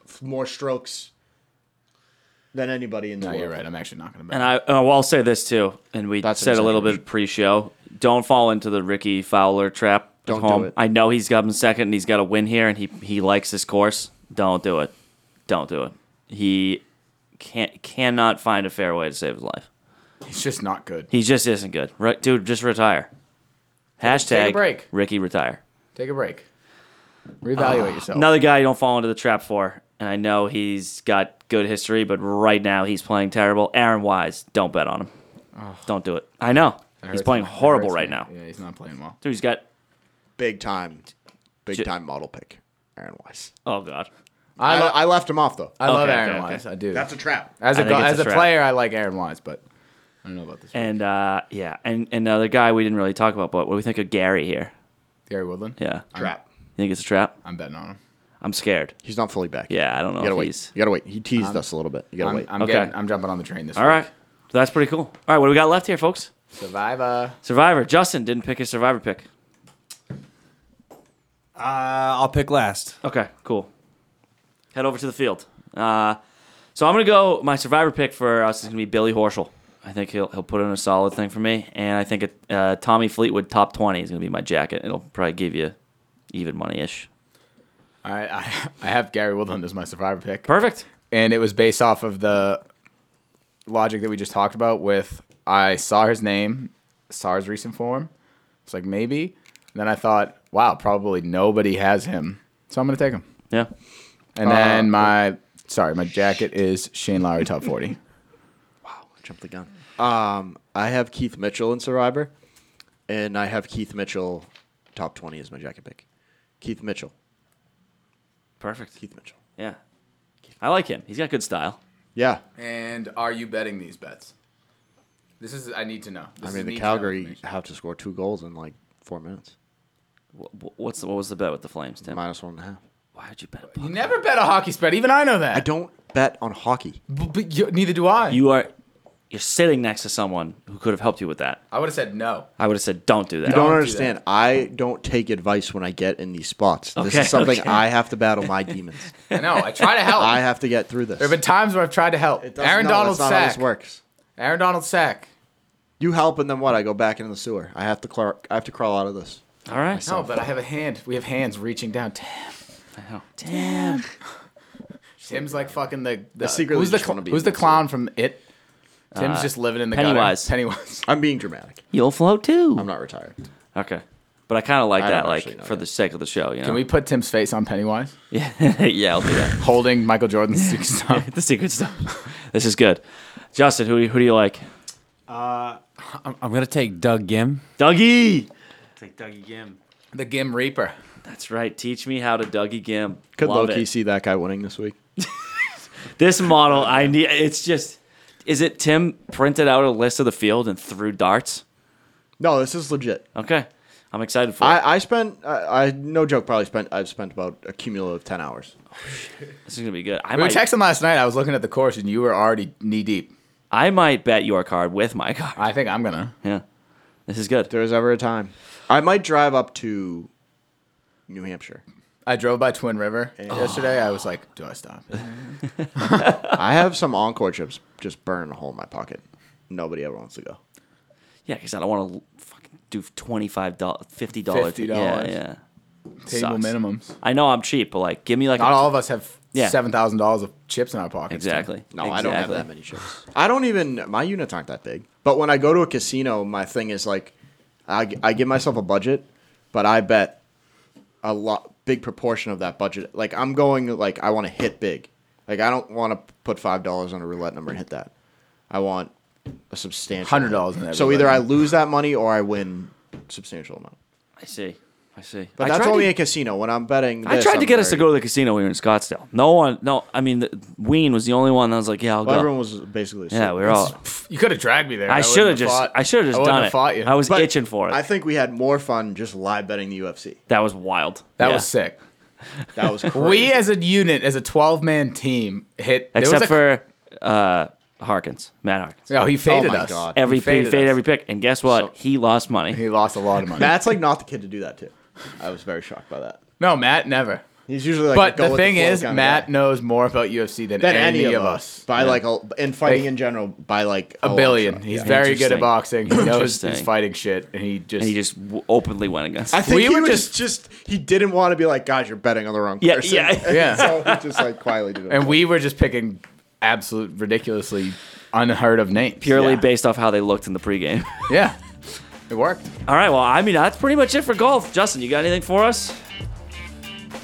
S2: f- more strokes than anybody in the
S1: No,
S2: world?
S1: you're right. I'm actually not going to bet.
S3: And I, oh, well, I'll say this too, and we
S2: That's
S3: said a little
S2: exactly-
S3: bit pre-show. Don't fall into the Ricky Fowler trap. at
S2: Don't do
S3: home.
S2: it.
S3: I know he's got him second, and he's got a win here, and he he likes this course. Don't do it. Don't do it. He can't cannot find a fair way to save his life.
S1: He's just not good.
S3: He just isn't good, Re- dude. Just retire. Hashtag
S1: take a break.
S3: Ricky retire.
S1: Take a break.
S2: Ah,
S1: Reevaluate yourself.
S3: Another guy you don't fall into the trap for, and I know he's got good history, but right now he's playing terrible. Aaron Wise, don't bet on him. Don't do it. I know
S1: That
S3: he's
S1: hurts
S3: playing
S1: me. That
S3: horrible
S1: hurts
S3: right
S1: me.
S3: now.
S1: Yeah, he's not playing well.
S3: Dude, he's got
S2: Big time, big
S3: Ju-
S2: time model pick, Aaron Wise.
S3: oh god.
S1: I,
S2: I,
S1: lo-
S2: I left him off though.
S1: I love
S3: Okay,
S1: Aaron
S3: okay, okay.
S1: Wise. I do.
S2: That's a trap.
S1: as a
S3: I think
S1: go-
S3: it's
S1: as
S3: a
S1: a
S3: trap.
S1: player, I like Aaron Wise, but I don't know about this.
S3: And uh, yeah, and and another guy we didn't really talk about, but what do we think of Gary here?
S1: Gary Woodland.
S3: Yeah, you
S2: trap.
S3: think it's a trap?
S1: I'm betting on him.
S3: I'm scared.
S2: He's not fully back.
S3: Yeah, I don't know
S2: You gotta
S3: if
S2: wait.
S3: he's.
S2: You gotta wait. He teased us a little bit. You gotta
S1: I'm,
S2: wait.
S1: I'm
S3: Okay.
S1: getting, I'm jumping on the train this
S3: All
S1: week.
S3: right, so that's pretty cool. All right, what do we got left here, folks?
S1: Survivor.
S3: Survivor. Justin didn't pick his survivor pick.
S4: Uh, I'll pick last.
S3: Okay, cool. Head over to the field. Uh, so I'm gonna go. My survivor pick for us is gonna be Billy Horschel. I think he'll he'll put in a solid thing for me, and I think it, uh, Tommy Fleetwood top twenty is gonna be my jacket. It'll probably give you even money ish.
S1: All right. I, I have Gary Woodland as my survivor pick.
S3: Perfect.
S1: and it was based off of the logic that we just talked about with I saw his name, saw his recent form. It's like maybe. And then I thought, wow, probably nobody has him. So I'm gonna take him.
S3: Yeah. Uh,
S1: And then my sorry, my jacket is Shane Lowry top forty.
S2: Jump the gun. Um, I have Keith Mitchell in Survivor, and I have Keith Mitchell top twenty as my jacket pick. Keith Mitchell.
S3: Perfect.
S2: Keith Mitchell.
S3: Yeah. I like him. He's got good style.
S2: Yeah,
S1: And are you betting these bets? This is I need to know.
S2: I mean the Calgary have to score two goals in like four minutes.
S3: Wh- wh- What's the, what was the bet with the Flames, Tim?
S2: Minus one and a half.
S3: Why would you bet a
S1: You
S3: puck?
S1: never bet a hockey spread. Even I know that.
S2: I don't bet on hockey.
S1: But, but you, neither do I.
S3: You are you're sitting next to someone who could have helped you with that.
S1: I would have said no.
S3: I would have said, "Don't do that."
S2: You don't,
S1: do
S2: understand. I don't take advice when I get in these spots. This
S3: Okay,
S2: is something
S3: okay.
S2: I have to battle my demons.
S1: I know. I try to help.
S2: I have to get through this.
S1: There have been times where I've tried to help.
S2: It doesn't-
S1: Aaron
S2: no,
S1: Donald
S2: that's not how this
S1: sack.
S2: works.
S1: Aaron Donald sack.
S2: You help and then what? I go back into the sewer. I have to clar- I have to crawl out of this.
S3: All right.
S1: No, but I have a hand. We have hands reaching down. Damn.
S3: Damn.
S1: Tim's like fucking the, the
S2: secretly
S1: Who's the
S2: just
S1: cl-
S2: wanna be
S1: who's the
S2: invincible.
S1: clown from It? Tim's
S2: Uh,
S1: just living in the gutter.
S3: Pennywise.
S1: Pennywise.
S2: I'm being dramatic.
S3: You'll float too.
S2: I'm not retired.
S3: Okay. But I kind of like
S2: I
S3: that,
S2: don't
S3: like
S2: actually know
S3: for
S2: yet.
S3: the sake of the show, you know.
S1: Can we put Tim's face on Pennywise,
S3: yeah, yeah, I'll do that.
S1: holding Michael Jordan's secret stuff?
S3: the secret stuff. This is good. Justin, who do you, who do you like?
S4: I'm, I'm gonna take Doug Gim.
S3: Dougie. Take Dougie Gim.
S1: The Gim Reaper.
S3: That's right. Teach me how to Dougie Gim.
S2: Could
S3: Love
S2: low key
S3: it.
S2: see that guy winning this week.
S3: This model, I need. It's just. Is it Tim printed out a list of the field and threw darts?
S2: No, this is legit.
S3: Okay, I'm excited for it.
S2: I, I spent, I, I no joke, probably spent, I've spent about a cumulative 10 hours.
S3: This is gonna be good.
S1: We
S3: I
S1: were
S3: might,
S1: texting last night. I was looking at the course, and you were already knee deep.
S3: I might bet your card with my card.
S1: I think I'm gonna.
S3: Yeah, this is good.
S2: If there was ever a time. I might drive up to New Hampshire.
S1: I drove by Twin River yesterday. I was like, do I stop?
S2: I have some encore chips just burn a hole in my pocket. Nobody ever wants to go.
S3: Yeah, because I don't want to fucking do twenty five dollars, fifty dollars.
S1: $50.
S3: Yeah, yeah.
S1: Table
S3: Sucks.
S1: minimums.
S3: I know I'm cheap, but like, give me like
S1: Not
S3: a,
S1: all of us have
S3: Yeah.
S1: seven thousand dollars of chips in our pockets.
S3: exactly.
S2: No, I don't have
S3: Exactly.
S2: that many chips. I don't even, my units aren't that big. But when I go to a casino, my thing is like, I, g- I give myself a budget, but I bet a lot, big proportion of that budget. Like, I'm going, like, I want to hit big. Like, I don't want to put $5 on a roulette number and hit that. I want a substantial
S1: $100 in that
S2: So
S1: roulette
S2: either I
S1: number.
S2: lose that money or I win substantial amount.
S3: I see. I see.
S2: But
S3: I
S2: that's
S3: tried
S2: only
S3: to-
S2: a casino. When I'm betting,
S3: I
S2: this,
S3: tried to
S2: I'm
S3: get us to
S2: very-
S3: go to the casino when we were in Scottsdale. No one, no, I mean, the, Ween was the only one that was like, yeah, I'll
S2: Well,
S3: go.
S2: everyone was basically. asleep.
S3: yeah, we were all.
S1: Pff, You could have dragged me there.
S3: I
S1: wouldn't
S3: should have
S1: have
S3: just,
S1: fought-
S3: I should have just
S1: I wouldn't
S3: done
S1: have
S3: it.
S1: Fought you.
S3: I was
S2: But
S3: itching for it.
S2: I think we had more fun just live betting the UFC.
S3: that was wild.
S1: that
S3: Yeah.
S1: was sick.
S2: That was crazy.
S1: We as a unit, as a twelve man team, hit. there was
S3: except
S1: a-
S3: for uh, Harkins, Matt Harkins.
S1: No, he faded
S2: my
S1: us.
S2: God.
S3: Oh Every
S1: He
S3: pick, fade,
S1: faded us.
S3: every pick, and guess what? he lost money.
S1: He lost a lot of money.
S2: Matt's like not the kid to do that too. I was very shocked by that.
S1: no, Matt never.
S2: He's usually like.
S1: but
S2: a go
S1: the
S2: with
S1: thing
S2: flow
S1: is,
S2: kinda
S1: Matt
S2: guy.
S1: knows more about UFC than,
S2: than
S1: any, of us.
S2: by like a, and fighting
S1: Like,
S2: in general by like
S1: A
S4: Oh,
S2: long
S1: billion.
S2: shot.
S1: He's
S2: Yeah.
S1: very good at
S3: Interesting.
S1: boxing. He knows he's
S3: Interesting.
S1: fighting shit, and he just
S3: And he just w- openly went against.
S2: I think
S1: We
S2: he
S1: were
S2: was
S1: just-
S2: just, just he didn't want to be like, God, you're betting on the wrong
S3: Yeah,
S2: person.
S3: yeah.
S1: Yeah.
S2: so he just like quietly did it.
S1: and we were just picking absolute ridiculously unheard of names.
S3: purely
S2: yeah.
S3: based off how they looked in the pregame.
S1: Yeah, it worked.
S3: All right, well, I mean, that's pretty much it for golf. Justin, you got anything for us?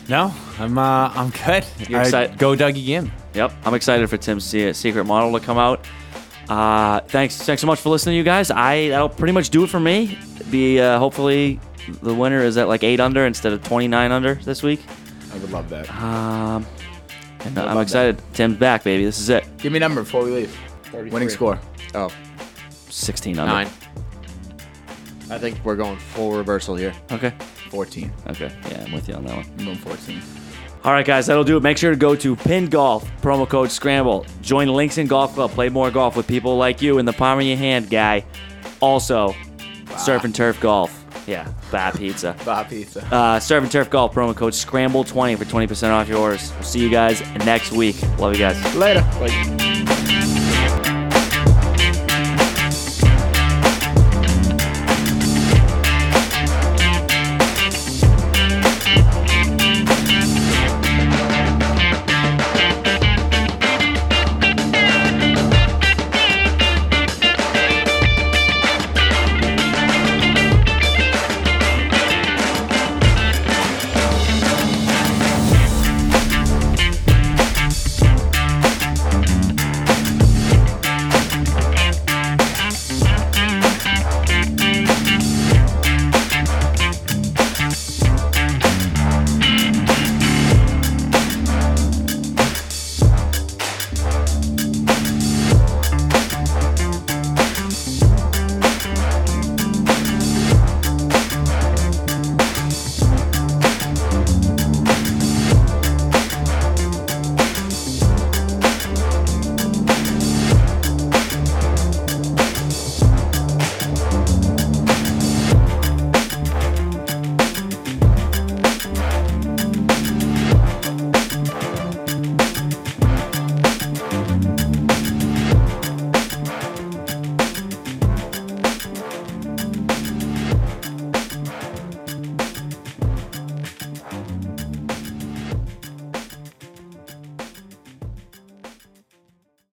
S4: No, I'm uh, I'm good.
S3: You're
S4: I-
S3: excited?
S4: Go Dougie Gim.
S3: Yep, I'm excited for Tim's se- secret model to come out. Uh, thanks, thanks so much for listening, you guys. I that'll pretty much do it for me. The uh, hopefully the winner is at like eight under instead of 29 under this week,
S1: I would love that.
S4: Uh-huh.
S3: and uh, I'm excited. Tim's back, baby. This is it.
S1: Give me a number before we leave.
S2: 33.
S1: Winning score.
S2: Oh,
S3: 16 under.
S2: nine. I think we're going full reversal here.
S3: Okay.
S1: 14.
S3: Okay. Yeah, I'm with you on that one.
S1: I'm going 14.
S3: All right, guys, that'll do it. Make sure to go to Pin Golf, promo code Scramble. Join Linkston Golf Club. Play more golf with people like you in the palm of your hand, guy. Also, surf and turf golf. Yeah, buy pizza.
S1: Bye, pizza.
S3: Uh, surf and turf golf promo code Scramble20 for 20% off your orders. We'll see you guys next week. Love you guys.
S2: Later. Like,